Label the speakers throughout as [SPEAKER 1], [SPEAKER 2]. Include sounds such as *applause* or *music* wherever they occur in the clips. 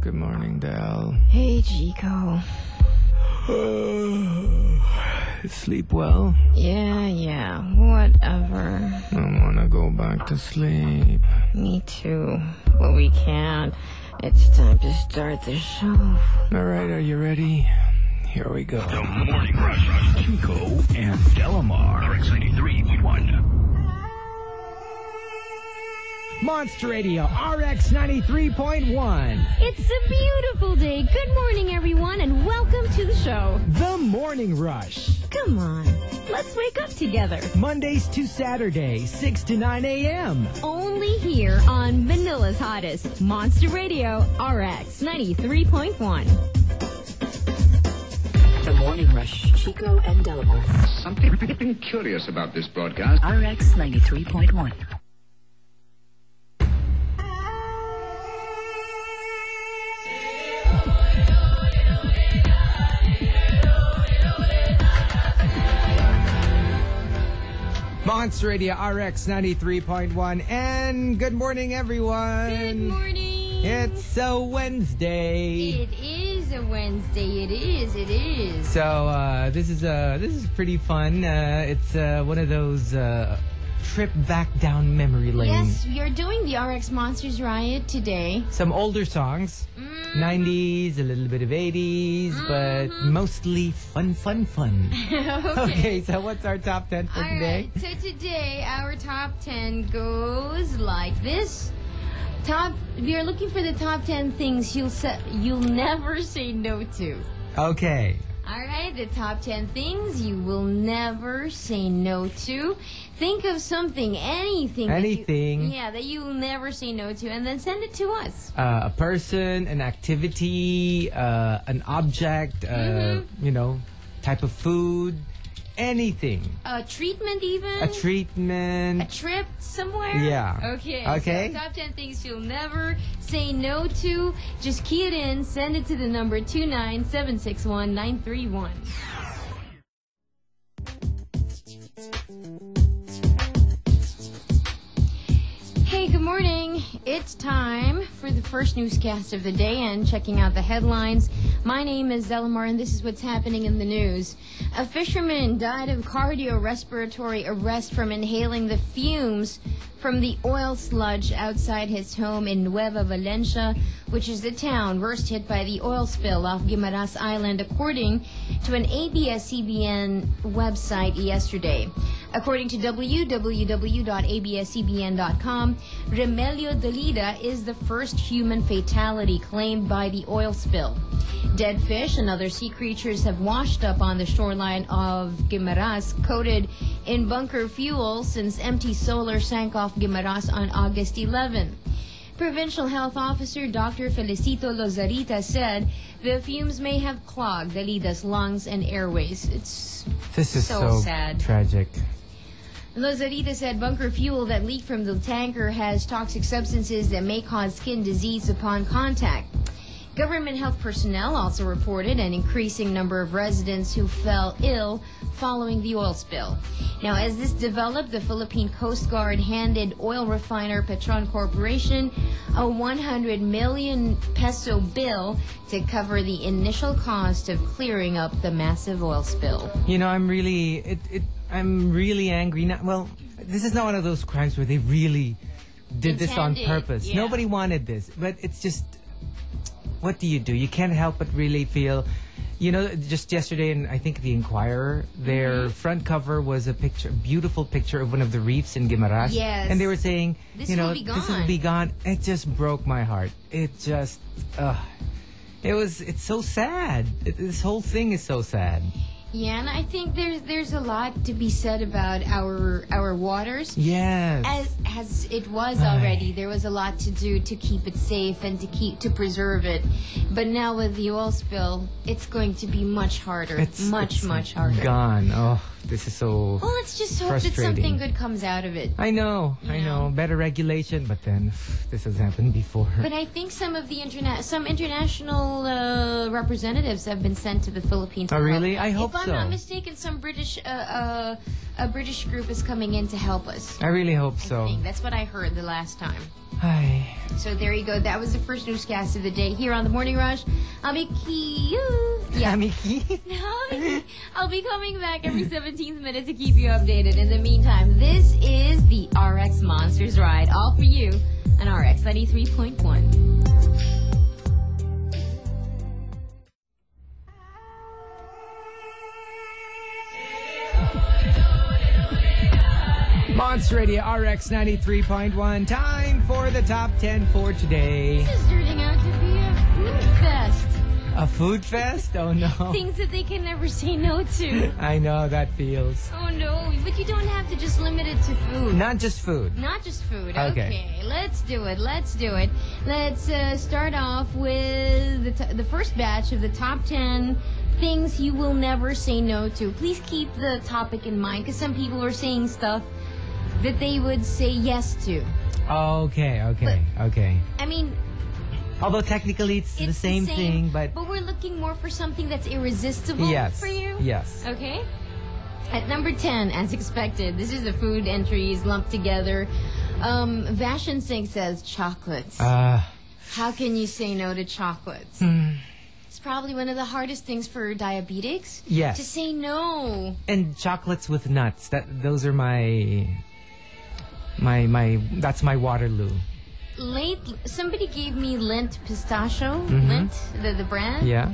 [SPEAKER 1] Good morning, Dal. *sighs*
[SPEAKER 2] Hey, Chico.
[SPEAKER 1] Sleep well?
[SPEAKER 2] Yeah, yeah, whatever.
[SPEAKER 1] I wanna go back to sleep.
[SPEAKER 2] Me too. But we can't. It's time to start the show.
[SPEAKER 1] Alright, are you ready? Here we go.
[SPEAKER 3] The Morning Rush. Chico and Delamar. RX 93.1.
[SPEAKER 4] Monster Radio RX 93.1.
[SPEAKER 5] It's a beautiful day. Good morning, everyone, and welcome to the show.
[SPEAKER 4] The Morning Rush.
[SPEAKER 5] Come on, let's wake up together.
[SPEAKER 4] Mondays to Saturdays, 6 to 9 a.m.
[SPEAKER 5] Only here on Manila's hottest, Monster Radio RX 93.1.
[SPEAKER 6] The Morning Rush, Chico and Delamore.
[SPEAKER 3] Something curious about this broadcast.
[SPEAKER 6] RX 93.1.
[SPEAKER 4] Monster Radio RX 93.1. And good morning, everyone.
[SPEAKER 5] Good morning.
[SPEAKER 4] It's a Wednesday.
[SPEAKER 5] It is a Wednesday. It is. It is.
[SPEAKER 4] So uh, this is uh, this is pretty fun. Uh, it's uh, one of those uh, trip back down memory lane.
[SPEAKER 5] Yes, you're doing the RX Monsters Riot *laughs* today.
[SPEAKER 4] Some older songs,
[SPEAKER 5] Mm-hmm.
[SPEAKER 4] 90s, a little bit of 80s, but
[SPEAKER 5] Mm-hmm.
[SPEAKER 4] mostly fun, fun, fun.
[SPEAKER 5] Oh,
[SPEAKER 4] okay, so what's our top 10 for
[SPEAKER 5] All right.
[SPEAKER 4] today?
[SPEAKER 5] So today, our top ten goes like this. Top. We are looking for the top ten things you'll se- you'll never say no to.
[SPEAKER 4] Okay.
[SPEAKER 5] All right. The top ten things you will never say no to. Think of something, anything. that you-
[SPEAKER 4] Anything.
[SPEAKER 5] yeah, that you'll never say no to, and then send it to us.
[SPEAKER 4] Uh, a person, an activity, uh, an object, uh,
[SPEAKER 5] Mm-hmm.
[SPEAKER 4] you know, type of food, anything.
[SPEAKER 5] A treatment, even.
[SPEAKER 4] A treatment.
[SPEAKER 5] a trip somewhere?
[SPEAKER 4] Yeah.
[SPEAKER 5] Okay.
[SPEAKER 4] Okay.
[SPEAKER 5] So top 10 things you'll never say no to. Just key it in, send it to the number 297619131. Hey, good morning. It's time for the first newscast of the day and checking out the headlines. My name is Zelamar, and this is what's happening in the news. A fisherman died of cardiorespiratory arrest from inhaling the fumes from the oil sludge outside his home in Nueva Valencia, which is the town worst hit by the oil spill off Guimaras Island, according to an ABS-CBN website yesterday. According to www.abscbn.com, Remelio Dalida is the first human fatality claimed by the oil spill. Dead fish and other sea creatures have washed up on the shoreline of Guimaras, coated in bunker fuel since empty solar sank off Guimaras on August 11. Provincial Health Officer Dr. Felicito Lozarita said the fumes may have clogged Dalida's lungs and airways. It's
[SPEAKER 4] This is so,
[SPEAKER 5] So sad.
[SPEAKER 4] tragic.
[SPEAKER 5] Lozarita said bunker fuel that leaked from the tanker has toxic substances that may cause skin disease upon contact. Government health personnel also reported an increasing number of residents who fell ill following the oil spill. Now, as this developed, the Philippine Coast Guard handed oil refiner Petron Corporation a 100 million peso bill to cover the initial cost of clearing up the massive oil spill.
[SPEAKER 4] You know, I'm really it, it I'm really angry now. Well, this is not one of those crimes where they really did this on
[SPEAKER 5] Intended,
[SPEAKER 4] purpose.
[SPEAKER 5] yeah.
[SPEAKER 4] Nobody wanted this, but it's just what do you do? You can't help but really feel you know, just yesterday in I think the Inquirer,
[SPEAKER 5] Mm-hmm.
[SPEAKER 4] their front cover was a picture, beautiful picture of one of the reefs in Guimaras.
[SPEAKER 5] Yes.
[SPEAKER 4] And they were saying,
[SPEAKER 5] This
[SPEAKER 4] you know,
[SPEAKER 5] will be
[SPEAKER 4] this will
[SPEAKER 5] gone.
[SPEAKER 4] be gone. It just broke my heart. It just uh, it was it's so sad. It, this whole thing is so sad.
[SPEAKER 5] Yeah, and I think there's there's a lot to be said about our our waters.
[SPEAKER 4] Yes.
[SPEAKER 5] As as it was already, there was a lot to do to keep it safe and to keep to preserve it. But now with the oil spill, it's going to be much harder. much,
[SPEAKER 4] it's
[SPEAKER 5] much harder.
[SPEAKER 4] Gone. Oh, this is so.
[SPEAKER 5] Well let's just hope that something
[SPEAKER 4] Frustrating.
[SPEAKER 5] good comes out of it.
[SPEAKER 4] I know, I know. Better regulation, but then this has happened before.
[SPEAKER 5] But I think some of the interna- some international uh, representatives have been sent to the Philippines. to
[SPEAKER 4] Oh,
[SPEAKER 5] help.
[SPEAKER 4] really? I hope
[SPEAKER 5] If I'm
[SPEAKER 4] so.
[SPEAKER 5] not mistaken, some British uh, uh, a British group is coming in to help us.
[SPEAKER 4] I really hope so.
[SPEAKER 5] That's what I heard the last time.
[SPEAKER 4] Hi.
[SPEAKER 5] So there you go. That was the first newscast of the day here on the Morning Rush. I'll be key. Yeah. *laughs*
[SPEAKER 4] Amiki.
[SPEAKER 5] I'll be- I'll be coming back every 17th minute to keep you updated. In the meantime, this is the RX Monsters Ride, all for you on RX 93.1.
[SPEAKER 4] Monster Radio RX 93.1. Time for the top 10 for today.
[SPEAKER 5] This is turning out to be a food fest.
[SPEAKER 4] A food fest? Oh
[SPEAKER 5] *laughs*
[SPEAKER 4] no.
[SPEAKER 5] Things that they can never say no to.
[SPEAKER 4] I know that feels.
[SPEAKER 5] Oh no, but you don't have to just limit it to food.
[SPEAKER 4] Not just food.
[SPEAKER 5] Not just food.
[SPEAKER 4] Okay.
[SPEAKER 5] Okay, let's do it. Let's do it. Let's uh, start off with the, t- the first batch of the top 10 things you will never say no to. Please keep the topic in mind because some people are saying stuff that they would say yes to.
[SPEAKER 4] Okay, okay, okay.
[SPEAKER 5] I mean,
[SPEAKER 4] Although technically it's,
[SPEAKER 5] it's
[SPEAKER 4] the, same thing, but
[SPEAKER 5] But we're looking more for something that's irresistible
[SPEAKER 4] yes.
[SPEAKER 5] for you.
[SPEAKER 4] Yes.
[SPEAKER 5] Okay. At number 10, as expected, this is the food entries lumped together. Um, Vashan Singh says chocolates.
[SPEAKER 4] Uh,
[SPEAKER 5] How can you say no to chocolates?
[SPEAKER 4] Hmm.
[SPEAKER 5] It's probably one of the hardest things for diabetics.
[SPEAKER 4] Yes.
[SPEAKER 5] To say no.
[SPEAKER 4] and chocolates with nuts. That those are my my my that's my Waterloo.
[SPEAKER 5] Late, somebody gave me Lint pistachio, Lint, the, the brand.
[SPEAKER 4] Mm-hmm. Yeah.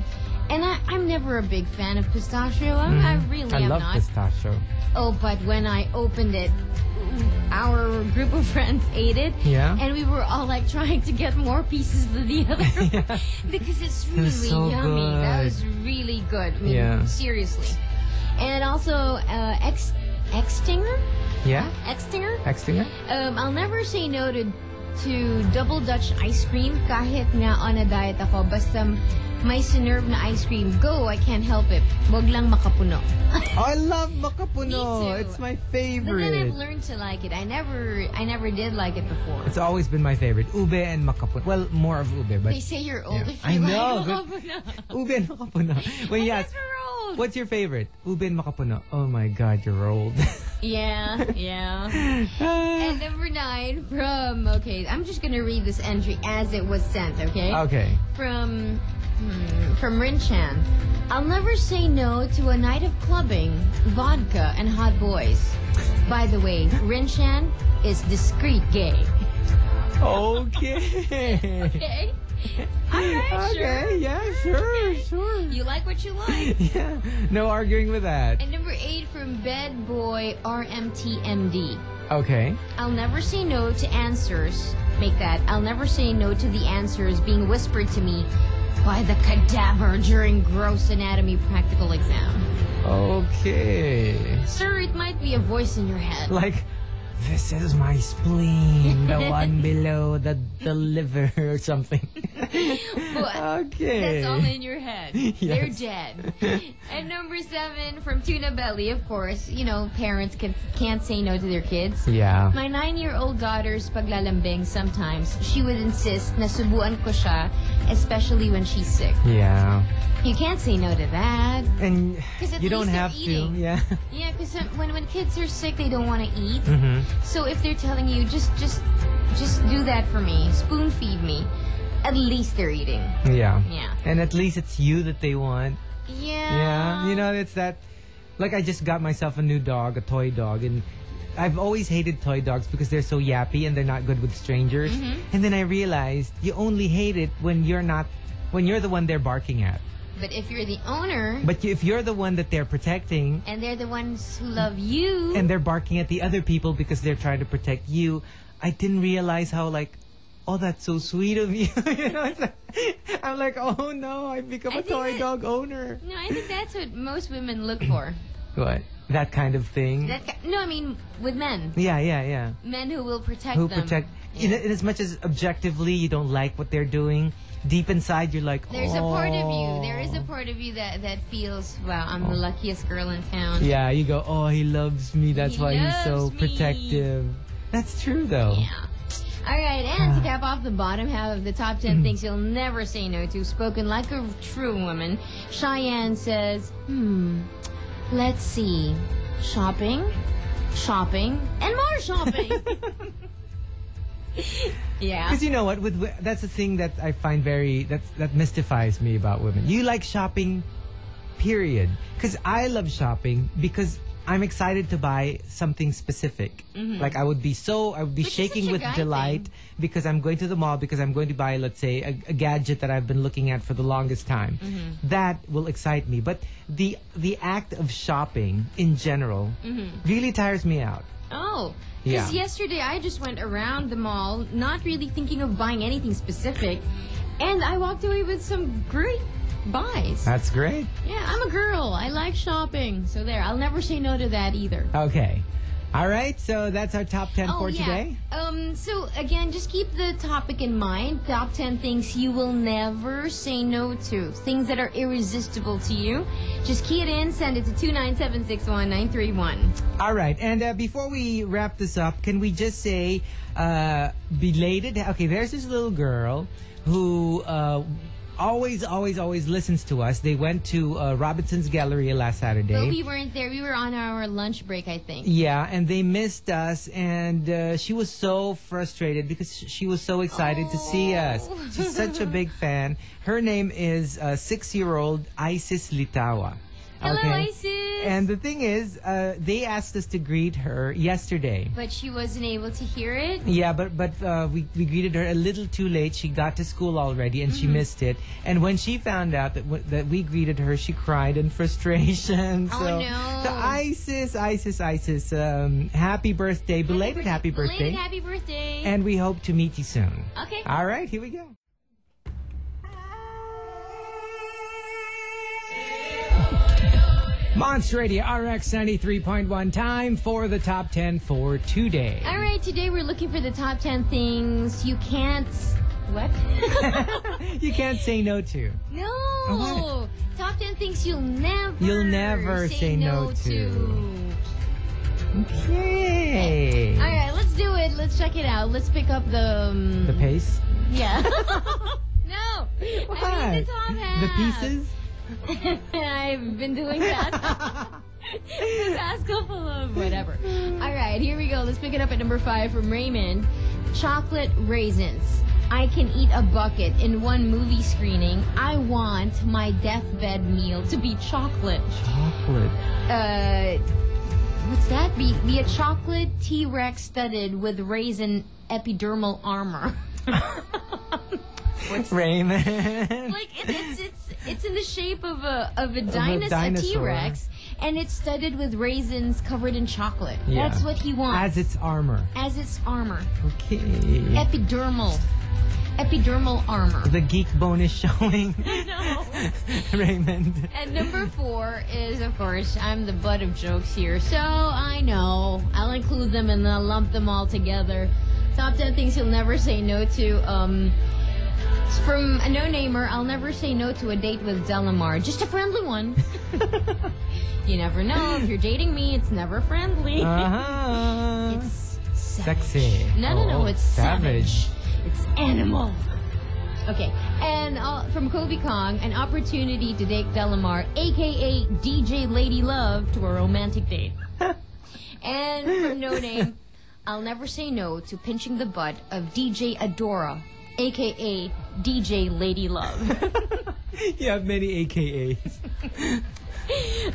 [SPEAKER 5] And I, I'm never a big fan of pistachio. I'm, I really
[SPEAKER 4] Mm-hmm. I
[SPEAKER 5] am
[SPEAKER 4] love
[SPEAKER 5] not.
[SPEAKER 4] pistachio.
[SPEAKER 5] Oh, but when I opened it, our group of friends ate it.
[SPEAKER 4] Yeah.
[SPEAKER 5] And we were all like trying to get more pieces than the other
[SPEAKER 4] *laughs*
[SPEAKER 5] because it's really
[SPEAKER 4] was so
[SPEAKER 5] yummy. That
[SPEAKER 4] good.
[SPEAKER 5] was really good. I mean,
[SPEAKER 4] Yeah.
[SPEAKER 5] Seriously. And also, uh, X Xtinger?
[SPEAKER 4] Yeah?
[SPEAKER 5] Xtinger?
[SPEAKER 4] Extinger?
[SPEAKER 5] Um, I'll never say no to to double Dutch ice cream kahit na on a diet ako. Basta may sinerve na ice cream, go, I can't help it. Wag lang makapuno. *laughs*
[SPEAKER 4] Oh, I love macapuno.
[SPEAKER 5] Me too.
[SPEAKER 4] It's my
[SPEAKER 5] But then I've
[SPEAKER 4] favorite.
[SPEAKER 5] learned to like it. I never, I never did like it before.
[SPEAKER 4] It's always been my favorite. Ube and macapuno. Well, more of ube, but
[SPEAKER 5] they say you're *laughs* old
[SPEAKER 4] Yeah.
[SPEAKER 5] if
[SPEAKER 4] I
[SPEAKER 5] you
[SPEAKER 4] know, *laughs*
[SPEAKER 5] like
[SPEAKER 4] but-
[SPEAKER 5] Opuno.
[SPEAKER 4] ube and
[SPEAKER 5] *laughs*
[SPEAKER 4] macapuno. Well, yes.
[SPEAKER 5] Yes, we're old.
[SPEAKER 4] What's your favorite? Ube and macapuno. Oh my god, you're old. *laughs*
[SPEAKER 5] Yeah, yeah. and number nine from okay, I'm just gonna read this entry as it was sent. Okay.
[SPEAKER 4] okay.
[SPEAKER 5] From hmm, from Rinchan. I'll never say no to a night of clubbing, vodka, and hot boys. By the way, Rinchan is discreet
[SPEAKER 4] *laughs*
[SPEAKER 5] gay.
[SPEAKER 4] Okay.
[SPEAKER 5] Okay. All right,
[SPEAKER 4] *laughs* Okay,
[SPEAKER 5] sure.
[SPEAKER 4] yeah, sure, sure.
[SPEAKER 5] You like what you like.
[SPEAKER 4] Yeah, *laughs* no arguing with that.
[SPEAKER 5] And number eight from Bed Boy RMTMD.
[SPEAKER 4] Okay.
[SPEAKER 5] I'll never say no to answers. Make that. I'll never say no to the answers being whispered to me by the cadaver during gross anatomy practical exam.
[SPEAKER 4] Okay.
[SPEAKER 5] Sir, it might be a voice in your head.
[SPEAKER 4] Like, this is my spleen, the
[SPEAKER 5] *laughs*
[SPEAKER 4] one below the, the liver or something.
[SPEAKER 5] But
[SPEAKER 4] *laughs* okay.
[SPEAKER 5] That's all in your head. They're dead. and number seven from Tuna Belly, of course. You know, parents can, can't say no to their kids.
[SPEAKER 4] yeah.
[SPEAKER 5] My nine-year-old daughter's paglalambing sometimes, she would insist na subuan ko siya, especially when she's sick.
[SPEAKER 4] Yeah.
[SPEAKER 5] You can't say no to that.
[SPEAKER 4] And
[SPEAKER 5] at
[SPEAKER 4] you don't
[SPEAKER 5] least they're
[SPEAKER 4] have
[SPEAKER 5] eating.
[SPEAKER 4] to. Yeah.
[SPEAKER 5] Yeah, because when, when kids are sick, they don't want to eat.
[SPEAKER 4] Mhm.
[SPEAKER 5] So if they're telling you, just, just, just do that for me, spoon feed me, at least they're eating.
[SPEAKER 4] Yeah.
[SPEAKER 5] Yeah.
[SPEAKER 4] And at least it's you that they want.
[SPEAKER 5] Yeah.
[SPEAKER 4] Yeah, you know, it's that. Like, I just got myself a new dog, a toy dog, and I've always hated toy dogs because they're so yappy and they're not good with strangers.
[SPEAKER 5] Mm-hmm.
[SPEAKER 4] And then I realized you only hate it when you're not, when you're the one they're barking at.
[SPEAKER 5] But if you're the owner,
[SPEAKER 4] But if you're the one that they're protecting
[SPEAKER 5] and they're the ones who love you,
[SPEAKER 4] and they're barking at the other people because they're trying to protect you, I didn't realize how, like, oh, that's so sweet of *laughs* you. you know, it's like, I'm like, oh no, I've become
[SPEAKER 5] I
[SPEAKER 4] a
[SPEAKER 5] think
[SPEAKER 4] toy
[SPEAKER 5] that-
[SPEAKER 4] dog owner.
[SPEAKER 5] no, I think that's what most women look for.
[SPEAKER 4] What? That kind of thing.
[SPEAKER 5] That, ki- no, I mean with men,
[SPEAKER 4] yeah, yeah, yeah.
[SPEAKER 5] men who will protect
[SPEAKER 4] who
[SPEAKER 5] them.
[SPEAKER 4] protect in, in as much as objectively you don't like what they're doing deep inside you're like
[SPEAKER 5] There's
[SPEAKER 4] oh.
[SPEAKER 5] a part of you. There is a part of you that that feels, wow, I'm the luckiest girl in town.
[SPEAKER 4] yeah you go oh he loves me that's
[SPEAKER 5] He
[SPEAKER 4] why he's so
[SPEAKER 5] loves me."
[SPEAKER 4] protective that's true though
[SPEAKER 5] Yeah. All right, and to cap off the bottom half of the top 10 things you'll never say no to, spoken like a true woman, Cheyenne says, hmm, let's see,
[SPEAKER 4] *laughs*
[SPEAKER 5] shopping, shopping, and more shopping. Yeah.
[SPEAKER 4] Because you know what, with wi- that's the thing that I find very that's that mystifies me about women. You like shopping, period. Because I love shopping because I'm excited to buy something specific. Like I would be so I would be
[SPEAKER 5] Mm-hmm. Which is
[SPEAKER 4] shaking
[SPEAKER 5] such a
[SPEAKER 4] with
[SPEAKER 5] guy
[SPEAKER 4] delight because I'm going to the mall because I'm going to buy let's say a, a gadget that I've been looking at for the longest time.
[SPEAKER 5] Mm-hmm.
[SPEAKER 4] That will excite me. But the the act of shopping in general
[SPEAKER 5] Mm-hmm.
[SPEAKER 4] really tires me out.
[SPEAKER 5] Oh.
[SPEAKER 4] Yeah.
[SPEAKER 5] Because yesterday I just went around the mall, not really thinking of buying anything specific, and I walked away with some great buys.
[SPEAKER 4] That's great.
[SPEAKER 5] Yeah, I'm a girl. I like shopping. So there, I'll never say no to that either.
[SPEAKER 4] Okay. All right, so that's our top 10 for
[SPEAKER 5] Oh, yeah.
[SPEAKER 4] today.
[SPEAKER 5] Um, so again, just keep the topic in mind. Top 10 things you will never say no to. Things that are irresistible to you. Just key it in, send it to 2976191.
[SPEAKER 4] All right, and uh, before we wrap this up, can we just say uh, belated? Okay, there's this little girl who uh, always, always, always listens to us. They went to uh, Robinson's Galleria last Saturday.
[SPEAKER 5] But we weren't there. We were on our lunch break, I think.
[SPEAKER 4] Yeah, and they missed us, and uh, she was so frustrated because sh- she was so excited to see
[SPEAKER 5] Oh.
[SPEAKER 4] us. She's such a
[SPEAKER 5] *laughs*
[SPEAKER 4] big fan. Her name is uh, six-year-old Isis Litawa.
[SPEAKER 5] Hello,
[SPEAKER 4] Okay?
[SPEAKER 5] Isis.
[SPEAKER 4] And the thing is, uh, they asked us to greet her yesterday.
[SPEAKER 5] but she wasn't able to hear it.
[SPEAKER 4] Yeah, but but uh, we, we greeted her a little too late. She got to school already and she
[SPEAKER 5] Mm-hmm.
[SPEAKER 4] missed it. And when she found out that w- that we greeted her, she cried in *laughs* frustration.
[SPEAKER 5] Oh,
[SPEAKER 4] so,
[SPEAKER 5] no.
[SPEAKER 4] so Isis, Isis, Isis, um, happy birthday, belated happy birthday,
[SPEAKER 5] Belated happy birthday.
[SPEAKER 4] and we hope to meet you soon.
[SPEAKER 5] okay.
[SPEAKER 4] All right, here we go. Monster Radio RX 93.1, time for the top 10 for today. *laughs*
[SPEAKER 5] All right, today we're looking for the top 10 things you can't. s-
[SPEAKER 4] *laughs*
[SPEAKER 5] What?
[SPEAKER 4] You can't say no to.
[SPEAKER 5] no! Top 10 things you'll never
[SPEAKER 4] You'll never say no to. Okay.
[SPEAKER 5] All right, let's do it. Let's check it out. Let's pick up the. Um,
[SPEAKER 4] The pace? *laughs*
[SPEAKER 5] yeah. *laughs* no! I mean, the top half.
[SPEAKER 4] The pieces?
[SPEAKER 5] *laughs* I've been doing that. *laughs* the past couple of whatever. All right, here we go. Let's pick it up at number five from Raymond. Chocolate raisins. I can eat a bucket in one movie screening. I want my deathbed meal to be chocolate.
[SPEAKER 4] Chocolate.
[SPEAKER 5] Uh, what's that? Be be a chocolate T Rex studded with raisin epidermal armor. *laughs*
[SPEAKER 4] Raymond.
[SPEAKER 5] like it, it's it's it's in the shape of a of a, dinos- a
[SPEAKER 4] dinosaur.
[SPEAKER 5] T-Rex, and it's studded with raisins covered in chocolate.
[SPEAKER 4] Yeah.
[SPEAKER 5] That's what he wants
[SPEAKER 4] As its armor.
[SPEAKER 5] as, its armor,
[SPEAKER 4] Okay.
[SPEAKER 5] epidermal, epidermal armor.
[SPEAKER 4] The geek bone is
[SPEAKER 5] *laughs*
[SPEAKER 4] showing.
[SPEAKER 5] No.
[SPEAKER 4] Raymond.
[SPEAKER 5] And number four is, of course, I'm the butt of jokes here, so I know I'll include them and I'll lump them all together. Top ten things you'll never say no to. Um, it's from a no-namer. I'll never say no to a date with Delamar, just a friendly one. you never know if you're dating me; it's never friendly.
[SPEAKER 4] Uh, Uh-huh.
[SPEAKER 5] It's savage.
[SPEAKER 4] Sexy.
[SPEAKER 5] No, no, no.
[SPEAKER 4] Oh,
[SPEAKER 5] It's savage. It's animal. Okay, and uh, from Kobe Kong, an opportunity to take Delamar, aka DJ Lady Love, to a romantic date. and from No Name, I'll never say no to pinching the butt of DJ Adora, aka DJ Lady
[SPEAKER 4] *laughs*
[SPEAKER 5] Love. *laughs*
[SPEAKER 4] You have many AKAs.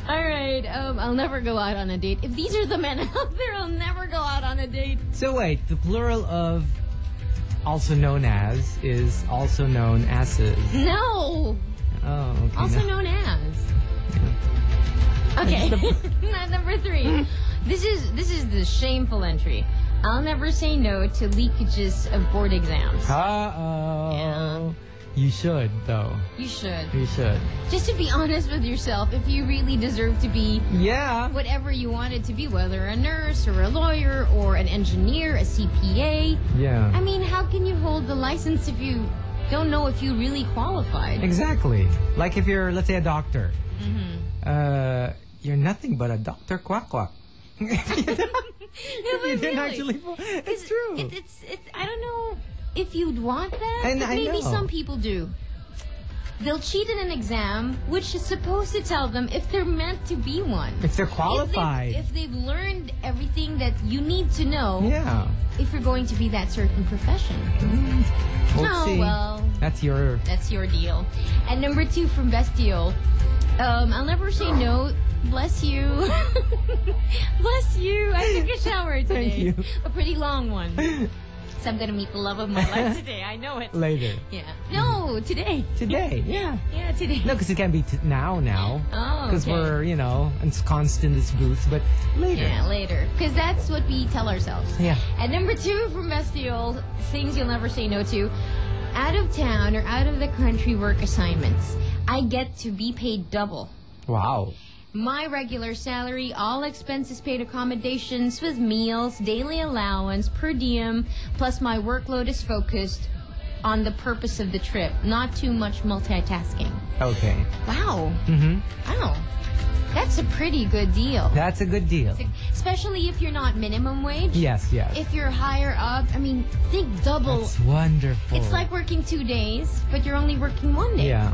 [SPEAKER 5] All right, um, I'll never go out on a date. If these are the men out there, I'll never go out on a date.
[SPEAKER 4] So wait, the plural of also known as is also known as.
[SPEAKER 5] No!
[SPEAKER 4] Oh, okay.
[SPEAKER 5] also
[SPEAKER 4] no.
[SPEAKER 5] known as. Okay, *laughs* not number three. This is this is the shameful entry. I'll never say no to leakages of board exams.
[SPEAKER 4] Uh-oh. You should, though.
[SPEAKER 5] You should.
[SPEAKER 4] You should.
[SPEAKER 5] Just to be honest with yourself, if you really deserve to be
[SPEAKER 4] Yeah.
[SPEAKER 5] whatever you wanted to be, whether a nurse or a lawyer or an engineer, a CPA, I
[SPEAKER 4] Yeah.
[SPEAKER 5] mean, how can you hold the license if you don't know if you really *laughs* qualified?
[SPEAKER 4] Exactly. Like if you're, let's say, a doctor.
[SPEAKER 5] Mm-hmm.
[SPEAKER 4] Uh, you're nothing but a doctor quack quack. *laughs*
[SPEAKER 5] No, but
[SPEAKER 4] You didn't
[SPEAKER 5] really.
[SPEAKER 4] actually. It's true.
[SPEAKER 5] It, it's it's I don't know if you'd want that.
[SPEAKER 4] And
[SPEAKER 5] but
[SPEAKER 4] I
[SPEAKER 5] maybe
[SPEAKER 4] know.
[SPEAKER 5] some people do. They'll cheat in an exam, which is supposed to tell them if they're meant to be one.
[SPEAKER 4] If they're qualified.
[SPEAKER 5] If, they, if they've learned everything that you need to know
[SPEAKER 4] yeah.
[SPEAKER 5] if you're going to be that certain profession.
[SPEAKER 4] We'll
[SPEAKER 5] oh,
[SPEAKER 4] see.
[SPEAKER 5] well.
[SPEAKER 4] That's your.
[SPEAKER 5] That's your deal. And number two from Bestial. Um, I'll never say no. Bless you. *laughs* Bless you. I took
[SPEAKER 4] *laughs*
[SPEAKER 5] a shower today.
[SPEAKER 4] you.
[SPEAKER 5] A pretty long one.
[SPEAKER 4] *laughs*
[SPEAKER 5] So I'm going to meet the love of my life today. I know it.
[SPEAKER 4] Later.
[SPEAKER 5] Yeah. No, today.
[SPEAKER 4] Today. Yeah.
[SPEAKER 5] Yeah, today.
[SPEAKER 4] No, because it can't be t- now, now.
[SPEAKER 5] *laughs* Oh,
[SPEAKER 4] Because
[SPEAKER 5] okay.
[SPEAKER 4] we're, you know, ensconced in this booth, but later.
[SPEAKER 5] Yeah, later. Because that's what we
[SPEAKER 4] *laughs*
[SPEAKER 5] tell ourselves.
[SPEAKER 4] Yeah.
[SPEAKER 5] And number two from Bestial, things you'll never say no to. Out of town or out of the country work assignments. I get to be paid double.
[SPEAKER 4] Wow.
[SPEAKER 5] My regular salary, all expenses paid, accommodations with meals, daily allowance, per diem, plus my workload is focused on the purpose of the trip, not too much multitasking.
[SPEAKER 4] Okay.
[SPEAKER 5] Wow.
[SPEAKER 4] hmm
[SPEAKER 5] Wow. That's a pretty good deal.
[SPEAKER 4] That's a good deal.
[SPEAKER 5] Especially if you're not minimum wage.
[SPEAKER 4] Yes, yes.
[SPEAKER 5] If you're higher up, I mean, think double.
[SPEAKER 4] It's wonderful.
[SPEAKER 5] it's like working two days, but you're only working one day.
[SPEAKER 4] Yeah.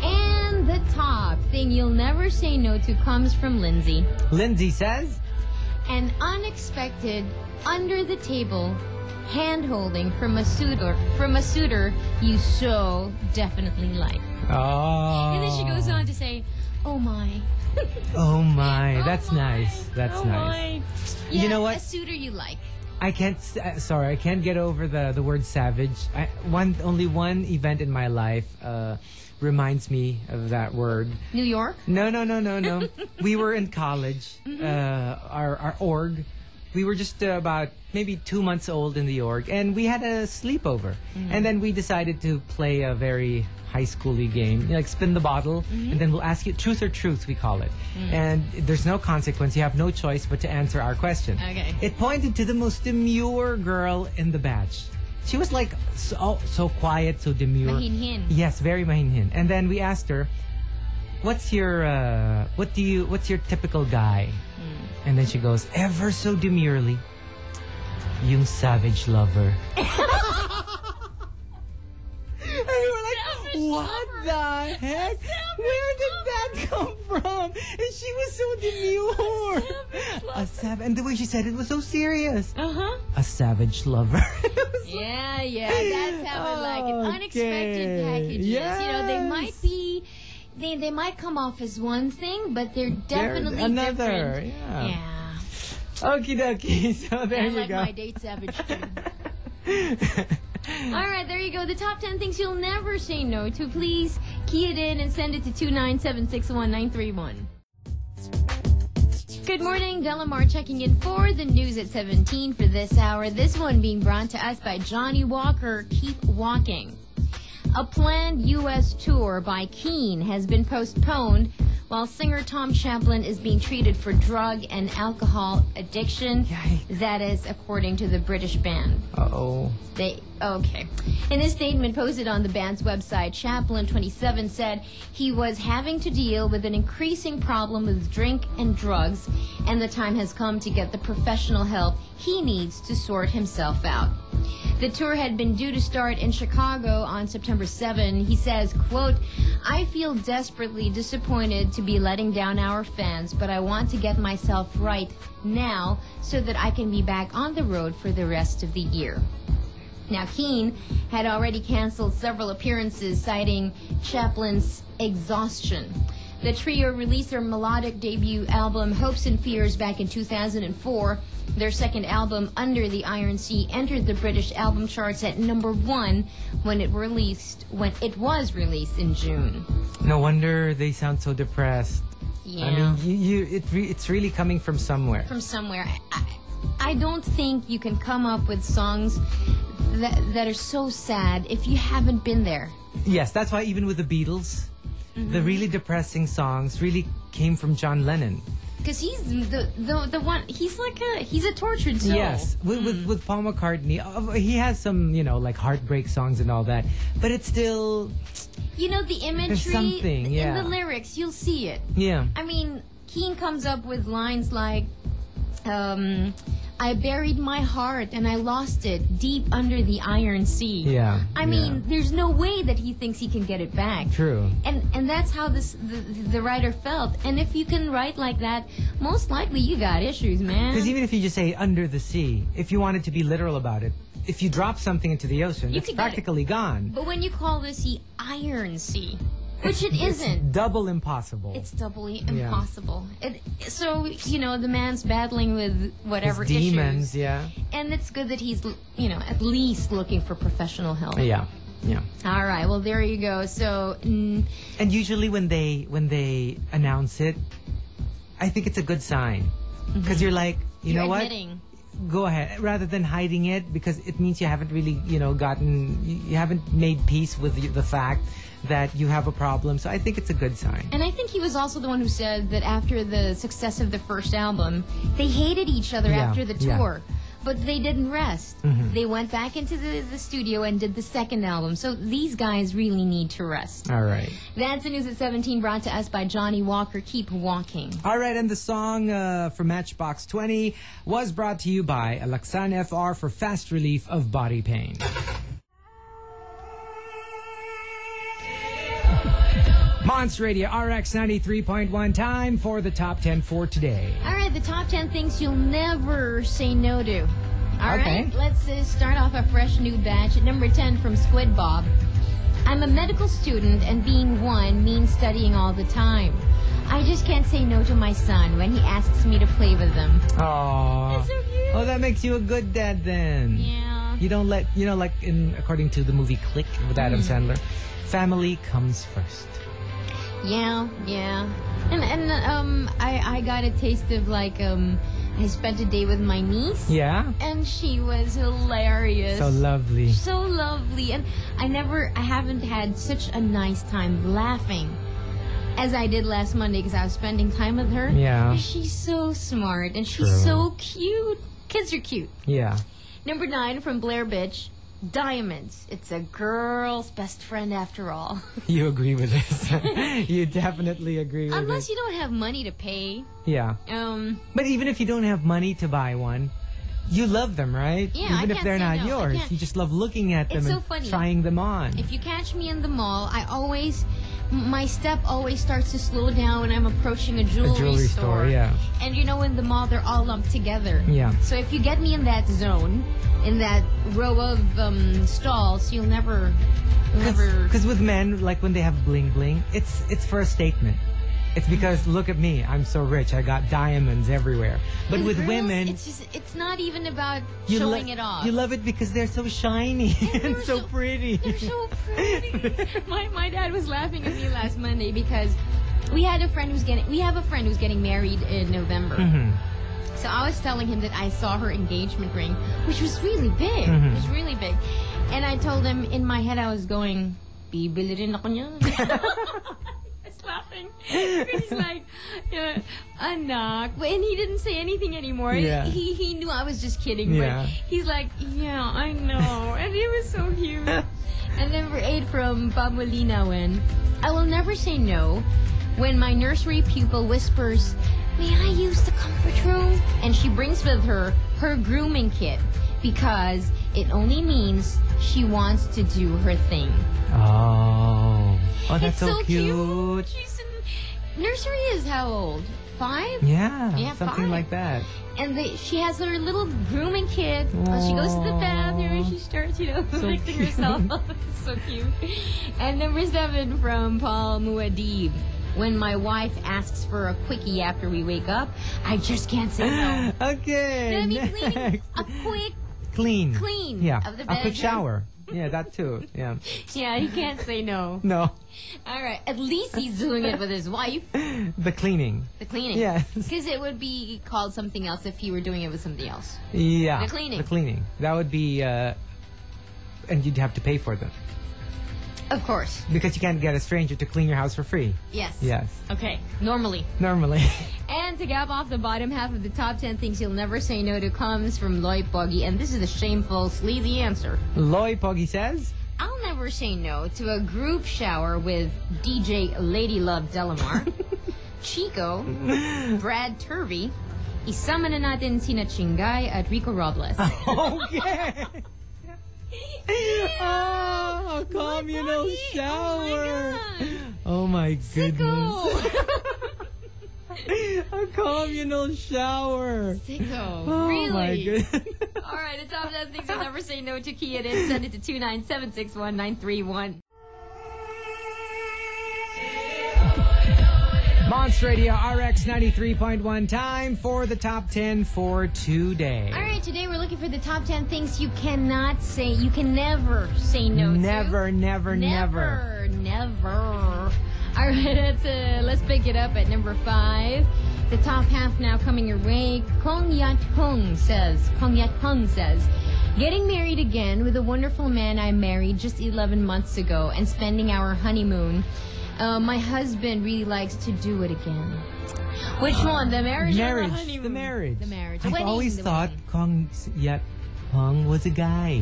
[SPEAKER 5] And the top thing you'll never say no to comes from Lindsay.
[SPEAKER 4] Lindsay says,
[SPEAKER 5] an unexpected under the table hand holding from a suitor from a suitor you so definitely like.
[SPEAKER 4] Oh.
[SPEAKER 5] And then she goes on to say, Oh my.
[SPEAKER 4] Oh my,
[SPEAKER 5] Oh
[SPEAKER 4] that's
[SPEAKER 5] my.
[SPEAKER 4] nice. That's
[SPEAKER 5] Oh
[SPEAKER 4] nice.
[SPEAKER 5] my.
[SPEAKER 4] You
[SPEAKER 5] Yeah,
[SPEAKER 4] know what?
[SPEAKER 5] A suitor you like.
[SPEAKER 4] I can't. s- Uh, sorry, I can't get over the the word savage. I, one only one event in my life uh, reminds me of that word.
[SPEAKER 5] New York?
[SPEAKER 4] No, no, no, no, no. we were in college. Uh, our our org. We were just uh, about maybe two months old in the org, and we had a sleepover. And then we decided to play a very high schooly game, like spin the bottle, and then we'll ask you truth or truth. We call it, and there's no consequence. You have no choice but to answer our question.
[SPEAKER 5] Okay.
[SPEAKER 4] It pointed to the most demure girl in the batch. She was like so so quiet, so demure.
[SPEAKER 5] Mahinhin.
[SPEAKER 4] Yes, very mahinhin. And then we asked her, "What's your uh, what do you what's your typical guy?"
[SPEAKER 5] Mm.
[SPEAKER 4] And then she goes, ever so demurely, "Yung savage
[SPEAKER 5] *laughs*
[SPEAKER 4] lover." And we were like,
[SPEAKER 5] Savage
[SPEAKER 4] what
[SPEAKER 5] lover.
[SPEAKER 4] the heck? Where did that come from? And she was so demure. A sav- and the way she said it was so serious.
[SPEAKER 5] Uh-huh.
[SPEAKER 4] A savage lover. *laughs*
[SPEAKER 5] Yeah, yeah, that's how I like it. Unexpected
[SPEAKER 4] Okay.
[SPEAKER 5] packages. You know, they might
[SPEAKER 4] Yes.
[SPEAKER 5] be they they might come off as one thing, but they're definitely
[SPEAKER 4] another.
[SPEAKER 5] different.
[SPEAKER 4] Yeah.
[SPEAKER 5] Yeah.
[SPEAKER 4] Okie dokie. *laughs* So there
[SPEAKER 5] I
[SPEAKER 4] you
[SPEAKER 5] like
[SPEAKER 4] go.
[SPEAKER 5] my date savage too. All right, there you go. The top 10 things you'll never say no to. Please key it in and send it to 2976191. Good morning, Delamar checking in for the news at 17 for this hour. This one being brought to us by Johnny Walker. Keep walking. A planned U.S. tour by Keane has been postponed while singer Tom Chaplin is being treated for drug and alcohol addiction.
[SPEAKER 4] Yikes.
[SPEAKER 5] That is according to the British band.
[SPEAKER 4] Uh oh.
[SPEAKER 5] They okay. In this statement posted on the band's website, Chaplin27 said he was having to deal with an increasing problem with drink and drugs, and the time has come to get the professional help he needs to sort himself out. The tour had been due to start in Chicago on September 7. He says, quote, I feel desperately disappointed to be letting down our fans, but I want to get myself right now so that I can be back on the road for the rest of the year. Now, Keane had already canceled several appearances, citing Chaplin's exhaustion. The trio released their melodic debut album, Hopes and Fears, back in 2004. Their second album, Under the Iron Sea, entered the British album charts at number one when it released when it was released in June.
[SPEAKER 4] *laughs* No wonder they sound so depressed.
[SPEAKER 5] Yeah.
[SPEAKER 4] I mean, you, you it re- it's really coming from
[SPEAKER 5] *laughs*
[SPEAKER 4] somewhere.
[SPEAKER 5] from somewhere. I, I- I don't think you can come up with songs that, that are so sad if you haven't been there.
[SPEAKER 4] Yes, that's why even with the Beatles,
[SPEAKER 5] Mm-hmm.
[SPEAKER 4] the really depressing songs really came from John Lennon.
[SPEAKER 5] Because he's the, the the one. He's like a he's a tortured soul.
[SPEAKER 4] Yes, with, with
[SPEAKER 5] Mm.
[SPEAKER 4] with Paul McCartney, uh, he has some you know like heartbreak songs and all that, but it's still
[SPEAKER 5] You know the imagery
[SPEAKER 4] something,
[SPEAKER 5] in
[SPEAKER 4] yeah.
[SPEAKER 5] the lyrics. You'll see it.
[SPEAKER 4] yeah.
[SPEAKER 5] I mean, Keane comes up with lines like, um, I buried my heart and I lost it deep under the iron sea.
[SPEAKER 4] Yeah,
[SPEAKER 5] I mean, uh-huh. there's no way that he thinks he can get it back.
[SPEAKER 4] True.
[SPEAKER 5] And and that's how this the, the writer felt. And if you can write like that, most likely you got issues, man.
[SPEAKER 4] Because even if you just say under the sea, if you wanted to be literal about it, if you drop something into the ocean,
[SPEAKER 5] You
[SPEAKER 4] it's
[SPEAKER 5] could get it.
[SPEAKER 4] practically gone.
[SPEAKER 5] But when you call this the Iron Sea, which it isn't,
[SPEAKER 4] Double impossible.
[SPEAKER 5] it's doubly impossible. It, so you know the man's battling with
[SPEAKER 4] It's
[SPEAKER 5] whatever
[SPEAKER 4] demons,
[SPEAKER 5] issues,
[SPEAKER 4] yeah.
[SPEAKER 5] and it's good that he's you know at least looking for professional help.
[SPEAKER 4] Yeah. Yeah.
[SPEAKER 5] All right, well there you go. So mm,
[SPEAKER 4] And usually when they when they announce it, I think it's a good sign. Because you're like, you
[SPEAKER 5] Mm-hmm. you're
[SPEAKER 4] know what?
[SPEAKER 5] admitting.
[SPEAKER 4] Go ahead. Rather than hiding it, because it means you haven't really, you know, gotten, you you haven't made peace with the, the fact that you have a problem. So I think it's a good sign.
[SPEAKER 5] And I think he was also the one who said that after the success of the first album, they hated each other
[SPEAKER 4] Yeah,
[SPEAKER 5] after the
[SPEAKER 4] yeah. Mm-hmm.
[SPEAKER 5] tour. But they didn't rest. They went back into the, the studio and did the second album. So these guys really need to rest.
[SPEAKER 4] All right.
[SPEAKER 5] That's the news at 17 brought to us by Johnny Walker. Keep walking.
[SPEAKER 4] All right, and the song uh, from Matchbox 20 was brought to you by Alexan FR for fast relief of body pain. Monster Radio RX 93.1 time for the top 10 for today.
[SPEAKER 5] All right, the top 10 things you'll never say no to. All
[SPEAKER 4] Okay.
[SPEAKER 5] right, let's uh, start off a fresh new batch at number 10 from Squid Bob. I'm a medical student, and being one means studying all the time. I just can't say no to my son when he asks me to play with him.
[SPEAKER 4] Aww.
[SPEAKER 5] That's so cute.
[SPEAKER 4] Oh, that makes you a good dad then.
[SPEAKER 5] Yeah.
[SPEAKER 4] You don't let, you know, like in according to the movie Click with Adam Sandler, family comes first.
[SPEAKER 5] Yeah, yeah. And, and um, I, I got a taste of like, um, I spent a day with my niece,
[SPEAKER 4] Yeah?
[SPEAKER 5] and she was hilarious.
[SPEAKER 4] So lovely.
[SPEAKER 5] so lovely and i never i haven't had such a nice time laughing as i did last monday because i was spending time with her
[SPEAKER 4] Yeah.
[SPEAKER 5] And she's so smart and
[SPEAKER 4] True.
[SPEAKER 5] she's so cute kids are cute
[SPEAKER 4] Yeah.
[SPEAKER 5] number nine from blair bitch diamonds it's a girl's best friend after all
[SPEAKER 4] You agree with this. *laughs* you definitely agree with
[SPEAKER 5] *laughs* unless
[SPEAKER 4] this.
[SPEAKER 5] you don't have money to pay
[SPEAKER 4] Yeah.
[SPEAKER 5] um
[SPEAKER 4] But even if you don't have money to buy one, you love them, right?
[SPEAKER 5] Yeah, I
[SPEAKER 4] even if
[SPEAKER 5] can't
[SPEAKER 4] they're
[SPEAKER 5] say
[SPEAKER 4] not
[SPEAKER 5] no. I
[SPEAKER 4] yours.
[SPEAKER 5] can't-
[SPEAKER 4] You just love looking at them
[SPEAKER 5] It's
[SPEAKER 4] and
[SPEAKER 5] so funny.
[SPEAKER 4] trying them on.
[SPEAKER 5] if you catch me in the mall i always m- my step always starts to slow down when I'm approaching a jewelry,
[SPEAKER 4] jewelry store, yeah.
[SPEAKER 5] And you know, in the mall, they're all lumped together.
[SPEAKER 4] Yeah.
[SPEAKER 5] So if you get me in that zone, in that row of um, stalls, you'll never, you'll never.
[SPEAKER 4] Because with men, like when they have bling bling, it's it's for a statement. It's because look at me, I'm so rich. I got diamonds everywhere. But with
[SPEAKER 5] girls,
[SPEAKER 4] women,
[SPEAKER 5] it's just it's not even about
[SPEAKER 4] you lo-
[SPEAKER 5] showing it off.
[SPEAKER 4] You love it because they're so shiny *laughs* and
[SPEAKER 5] they're
[SPEAKER 4] so,
[SPEAKER 5] so-
[SPEAKER 4] pretty. *laughs*
[SPEAKER 5] They're so pretty. my my dad was laughing at me last Monday because we had a friend who's getting we have a friend who's getting married in November.
[SPEAKER 4] Hmm.
[SPEAKER 5] So I was telling him that I saw her engagement ring, which was really big.
[SPEAKER 4] Mm-hmm.
[SPEAKER 5] It was really big. And I told him in my head I was going, bibili rin
[SPEAKER 4] *laughs*
[SPEAKER 5] ako niyan. He's laughing. He's like, yeah, anak. And he didn't say anything anymore.
[SPEAKER 4] Yeah.
[SPEAKER 5] He, he knew I was just kidding.
[SPEAKER 4] Yeah.
[SPEAKER 5] But he's like, yeah, I know. And he was so cute.
[SPEAKER 4] *laughs*
[SPEAKER 5] and number eight from Pamolina when I will never say no when my nursery pupil whispers, May I use the comfort room? And she brings with her her grooming kit because it only means she wants to do her thing.
[SPEAKER 4] oh, oh, that's
[SPEAKER 5] it's so
[SPEAKER 4] cute.
[SPEAKER 5] She's in, nursery is how old? Five?
[SPEAKER 4] Yeah,
[SPEAKER 5] Yeah,
[SPEAKER 4] something
[SPEAKER 5] fine.
[SPEAKER 4] like that.
[SPEAKER 5] and they, she has her little grooming kit. Uh, she goes to the bathroom and she starts, you know, *laughs* fixing herself. *laughs* it's so cute. And number seven from Paul Muad'Dib. When my wife asks for a quickie after we wake up, I just can't
[SPEAKER 4] *gasps*
[SPEAKER 5] say no.
[SPEAKER 4] Okay,
[SPEAKER 5] Let me clean
[SPEAKER 4] *laughs* next.
[SPEAKER 5] a quick
[SPEAKER 4] clean.
[SPEAKER 5] clean
[SPEAKER 4] Yeah.
[SPEAKER 5] of the
[SPEAKER 4] a
[SPEAKER 5] bedroom.
[SPEAKER 4] quick shower. Yeah, that too.
[SPEAKER 5] *laughs*
[SPEAKER 4] Yeah.
[SPEAKER 5] Yeah, he can't say no.
[SPEAKER 4] No,
[SPEAKER 5] All right, at least he's doing it with his wife,
[SPEAKER 4] the cleaning.
[SPEAKER 5] the cleaning.
[SPEAKER 4] Yes.
[SPEAKER 5] Because it would be called something else if he were doing it with somebody else.
[SPEAKER 4] Yeah.
[SPEAKER 5] The cleaning.
[SPEAKER 4] The cleaning. That would be, uh, and you'd have to pay for them
[SPEAKER 5] Of course.
[SPEAKER 4] because you can't get a stranger to clean your house for free.
[SPEAKER 5] Yes.
[SPEAKER 4] Yes.
[SPEAKER 5] Okay. Normally.
[SPEAKER 4] Normally. *laughs*
[SPEAKER 5] And to gap off the bottom half of the top 10 things you'll never say no to comes from Lloyd Boggy, and this is the shameful, sleazy answer.
[SPEAKER 4] Loy Poggy says.
[SPEAKER 5] I'll never say no to a group shower with
[SPEAKER 4] *laughs*
[SPEAKER 5] DJ Lady Love Delamar, Chico, Brad Turvey, Isama na natin sina Chingay at Rico Robles.
[SPEAKER 4] Ah, Okay. oh, communal shower. Oh my goodness.
[SPEAKER 5] Sicko! *laughs*
[SPEAKER 4] A communal shower.
[SPEAKER 5] Sicko.
[SPEAKER 4] Oh
[SPEAKER 5] really?
[SPEAKER 4] my goodness.
[SPEAKER 5] All *laughs* right, it's all those things I'll never say no to. Key it in. Send it to 29761931931.
[SPEAKER 4] Monster Radio RX 93.1 time for the top 10 for today.
[SPEAKER 5] All right, today we're looking for the top 10 things you cannot say, you can never say no
[SPEAKER 4] Never,
[SPEAKER 5] to.
[SPEAKER 4] never, never.
[SPEAKER 5] Never. Never. All right, that's, uh, let's pick it up at number five. The top half now coming your way. Kong Yat Kung says, Kong Yat Kung says, Getting married again with a wonderful man I married just 11 months ago and spending our honeymoon. Uh, my husband really likes to do it again. Which one? The marriage, or the
[SPEAKER 4] Marriage.
[SPEAKER 5] honeymoon?
[SPEAKER 4] The marriage.
[SPEAKER 5] The marriage.
[SPEAKER 4] I've
[SPEAKER 5] Wedding,
[SPEAKER 4] always
[SPEAKER 5] the
[SPEAKER 4] thought
[SPEAKER 5] wedding.
[SPEAKER 4] Kong Yat Hong was a guy.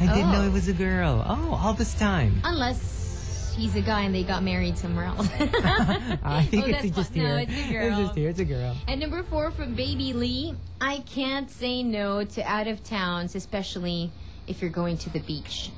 [SPEAKER 4] I didn't know
[SPEAKER 5] Oh.
[SPEAKER 4] it was a girl. Oh, all this time.
[SPEAKER 5] Unless he's a guy and they got married somewhere else.
[SPEAKER 4] *laughs* I think
[SPEAKER 5] *laughs* Oh,
[SPEAKER 4] it's
[SPEAKER 5] that's
[SPEAKER 4] just here.
[SPEAKER 5] fun. No, it's a girl.
[SPEAKER 4] It's just here. It's a girl.
[SPEAKER 5] At number four from Baby Lee, I can't say no to out of towns, especially if you're going to the beach.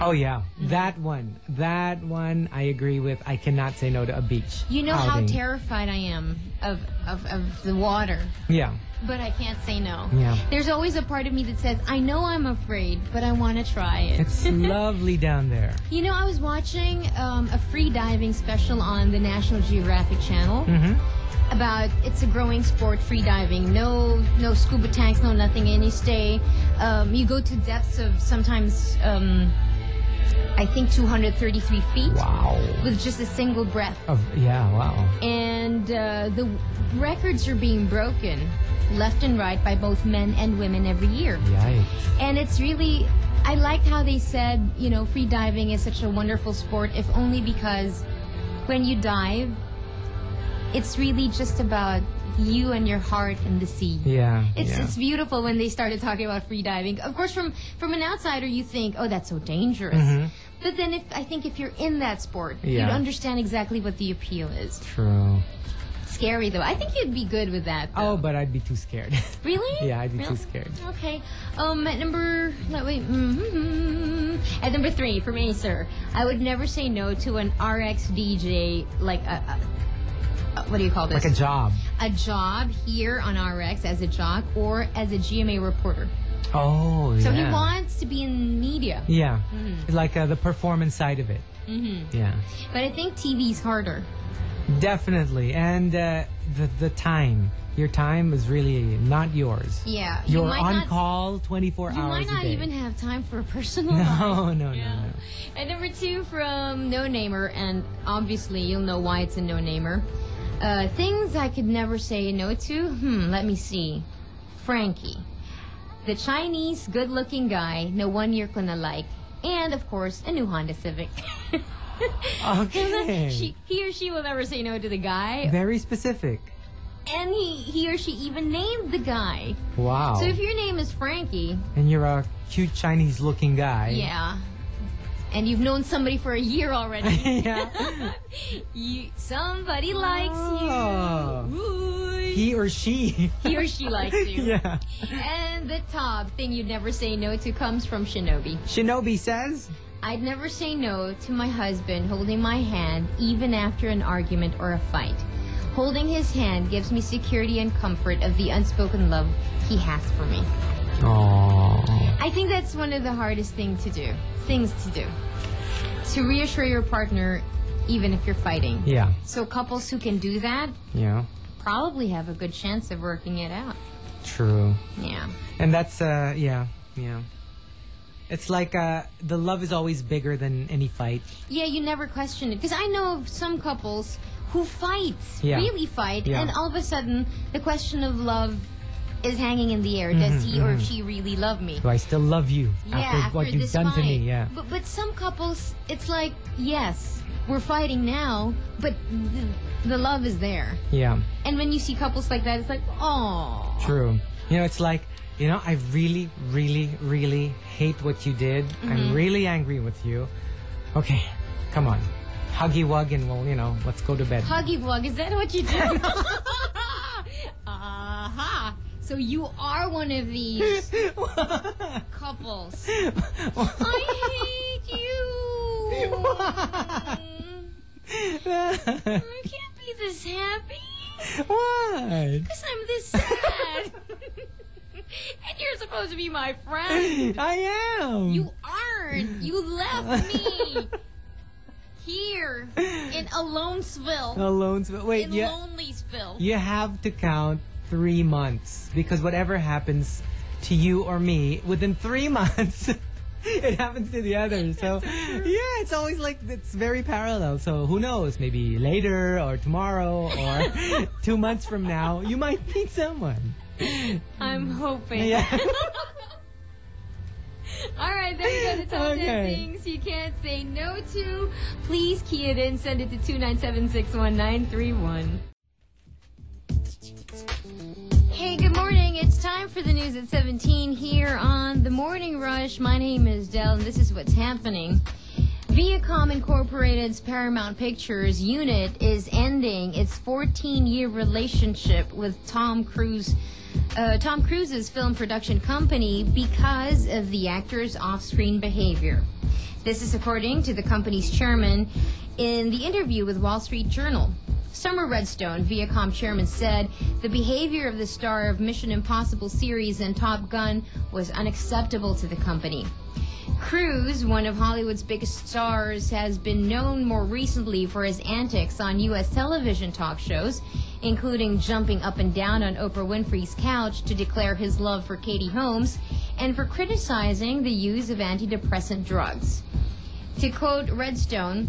[SPEAKER 4] Oh yeah,
[SPEAKER 5] Mm-hmm.
[SPEAKER 4] that one. That one I agree with. I cannot say no to a beach.
[SPEAKER 5] You know
[SPEAKER 4] outing.
[SPEAKER 5] how terrified I am of, of, of the water,
[SPEAKER 4] Yeah.
[SPEAKER 5] but I can't say no.
[SPEAKER 4] Yeah.
[SPEAKER 5] There's always a part of me that says, I know I'm afraid, but I want to try it. *laughs*
[SPEAKER 4] It's lovely down there.
[SPEAKER 5] You know, I was watching um, a free diving special on the National Geographic Channel about it's a growing sport, free diving. No, no scuba tanks, no nothing, and you stay. Um, you go to depths of sometimes, um, I think, 233 feet
[SPEAKER 4] Wow.
[SPEAKER 5] with just a single breath.
[SPEAKER 4] Of, yeah, wow.
[SPEAKER 5] And uh, the records are being broken left and right by both men and women every year.
[SPEAKER 4] Yikes.
[SPEAKER 5] And it's really, I liked how they said, you know, free diving is such a wonderful sport, if only because when you dive, it's really just about you and your heart and the sea.
[SPEAKER 4] Yeah.
[SPEAKER 5] It's,
[SPEAKER 1] Yeah.
[SPEAKER 5] it's beautiful when they started talking about free diving. Of course, from, from an outsider, you think, oh, that's so dangerous. But then, if I think if you're in that sport,
[SPEAKER 4] Mm-hmm. Yeah.
[SPEAKER 5] you'd understand exactly what the appeal is.
[SPEAKER 4] True.
[SPEAKER 5] Scary though. I think you'd be good with that.
[SPEAKER 4] Oh,
[SPEAKER 5] Though.
[SPEAKER 4] but I'd be too scared. *laughs*
[SPEAKER 5] Really?
[SPEAKER 4] Yeah, I'd be
[SPEAKER 5] Really?
[SPEAKER 4] too scared.
[SPEAKER 5] Okay. Um, at number no, wait. Mm-hmm. At number three for me, sir, I would never say no to an RX DJ like a, a, a- what do you call this?
[SPEAKER 4] Like a job.
[SPEAKER 5] a job here on RX as a jock or as a GMA reporter.
[SPEAKER 4] Oh,
[SPEAKER 5] So Mm-hmm.
[SPEAKER 4] yeah.
[SPEAKER 5] he wants to be in media,
[SPEAKER 4] Yeah. Like uh, the performance side of it. Mm-hmm. Yeah.
[SPEAKER 5] but I think TV's harder.
[SPEAKER 4] Definitely. And uh, the, the time. Your time is really not yours.
[SPEAKER 5] Yeah,
[SPEAKER 4] You're
[SPEAKER 5] you might
[SPEAKER 4] on
[SPEAKER 5] not.
[SPEAKER 4] call 24
[SPEAKER 5] you
[SPEAKER 4] hours
[SPEAKER 5] might
[SPEAKER 4] a
[SPEAKER 5] not
[SPEAKER 4] day.
[SPEAKER 5] even have time for a personal
[SPEAKER 4] *laughs*
[SPEAKER 5] life.
[SPEAKER 4] no, no, no, no.
[SPEAKER 5] And number two from No Namer, and obviously you'll know why it's a No Namer. Uh, things I could never say no to. Hmm, let me see. Frankie, the Chinese good looking guy, no one you're gonna like. And of course, a new Honda Civic. *laughs*
[SPEAKER 4] Okay.
[SPEAKER 5] she, he or she will never say no to the guy.
[SPEAKER 4] Very specific.
[SPEAKER 5] And he, he or she even named the guy.
[SPEAKER 4] Wow.
[SPEAKER 5] So if your name is Frankie,
[SPEAKER 4] and you're a cute Chinese looking guy.
[SPEAKER 5] yeah, and you've known somebody for a year already.
[SPEAKER 4] *laughs* yeah.
[SPEAKER 5] You, somebody *laughs* likes
[SPEAKER 4] Oh.
[SPEAKER 5] you. Ooh, he,
[SPEAKER 4] He or she. *laughs*
[SPEAKER 5] or she likes you.
[SPEAKER 4] yeah.
[SPEAKER 5] And the top thing you'd never say no to comes from Shinobi.
[SPEAKER 4] Shinobi says.
[SPEAKER 5] I'd never say no to my husband holding my hand even after an argument or a fight. Holding his hand gives me security and comfort of the unspoken love he has for me.
[SPEAKER 4] Oh.
[SPEAKER 5] I think that's one of the hardest thing to do, things to do. To reassure your partner even if you're fighting.
[SPEAKER 4] Yeah.
[SPEAKER 5] So couples who can do that
[SPEAKER 4] Yeah.
[SPEAKER 5] probably have a good chance of working it out.
[SPEAKER 4] True.
[SPEAKER 5] Yeah.
[SPEAKER 4] And that's uh yeah, yeah. It's like uh the love is always bigger than any fight.
[SPEAKER 5] Yeah, you never question it. Because I know of some couples who fight,
[SPEAKER 4] Yeah.
[SPEAKER 5] really fight,
[SPEAKER 4] Yeah.
[SPEAKER 5] and all of a sudden the question of love is hanging in the air. Does he or she really love me?
[SPEAKER 4] Do I still love you
[SPEAKER 5] Yeah,
[SPEAKER 4] Mm-hmm, after,
[SPEAKER 5] after
[SPEAKER 4] what you've
[SPEAKER 5] this
[SPEAKER 4] done
[SPEAKER 5] fight.
[SPEAKER 4] to me? Yeah.
[SPEAKER 5] But, but some couples, it's like, yes, we're fighting now, but the, the love is there.
[SPEAKER 4] Yeah.
[SPEAKER 5] And when you see couples like that, it's like, oh.
[SPEAKER 4] True. You know, it's like, you know, I really, really, really hate what you did.
[SPEAKER 5] Mm-hmm.
[SPEAKER 4] I'm really angry with you. Okay, come on. Huggy wug and well, you know, let's go to bed.
[SPEAKER 5] *laughs* Huggy Vlog, is that what you do? Aha! Uh-huh. So you are one of these couples. I hate you. Mm, I can't be this happy
[SPEAKER 4] *laughs* Why?
[SPEAKER 5] because I'm this sad. and you're supposed to be my friend.
[SPEAKER 4] I am.
[SPEAKER 5] You aren't. You left me
[SPEAKER 4] *laughs*
[SPEAKER 5] here in Alonesville.
[SPEAKER 4] alone. sp- Wait,
[SPEAKER 5] In
[SPEAKER 4] Uh, yeah.
[SPEAKER 5] Lonelysville.
[SPEAKER 4] you have to count three months because whatever happens to you or me within three *laughs* months it happens to the others so yeah it's always like it's very parallel so who knows maybe later or tomorrow
[SPEAKER 5] *laughs*
[SPEAKER 4] or two months from now you might meet someone
[SPEAKER 5] I'm hoping. *laughs*
[SPEAKER 4] yeah
[SPEAKER 5] All right, there you go. The top
[SPEAKER 4] Okay.
[SPEAKER 5] 10 things you can't say no to. Please key it in. Send it to 297-61931. Hey, good morning. It's time for the news at 17 here on The Morning Rush. My name is Dell, and this is what's happening. Viacom Incorporated's Paramount Pictures unit is ending its 14-year relationship with Tom Cruise, uh, Tom Cruise's film production company because of the actor's off-screen behavior. This is according to the company's chairman in the interview with Wall Street Journal. Summer Redstone, Viacom chairman, said the behavior of the star of Mission Impossible series and Top Gun was unacceptable to the company. Cruz, one of Hollywood's biggest stars, has been known more recently for his antics on U.S. television talk shows, including jumping up and down on Oprah Winfrey's couch to declare his love for Katie Holmes and for criticizing the use of antidepressant drugs. To quote Redstone,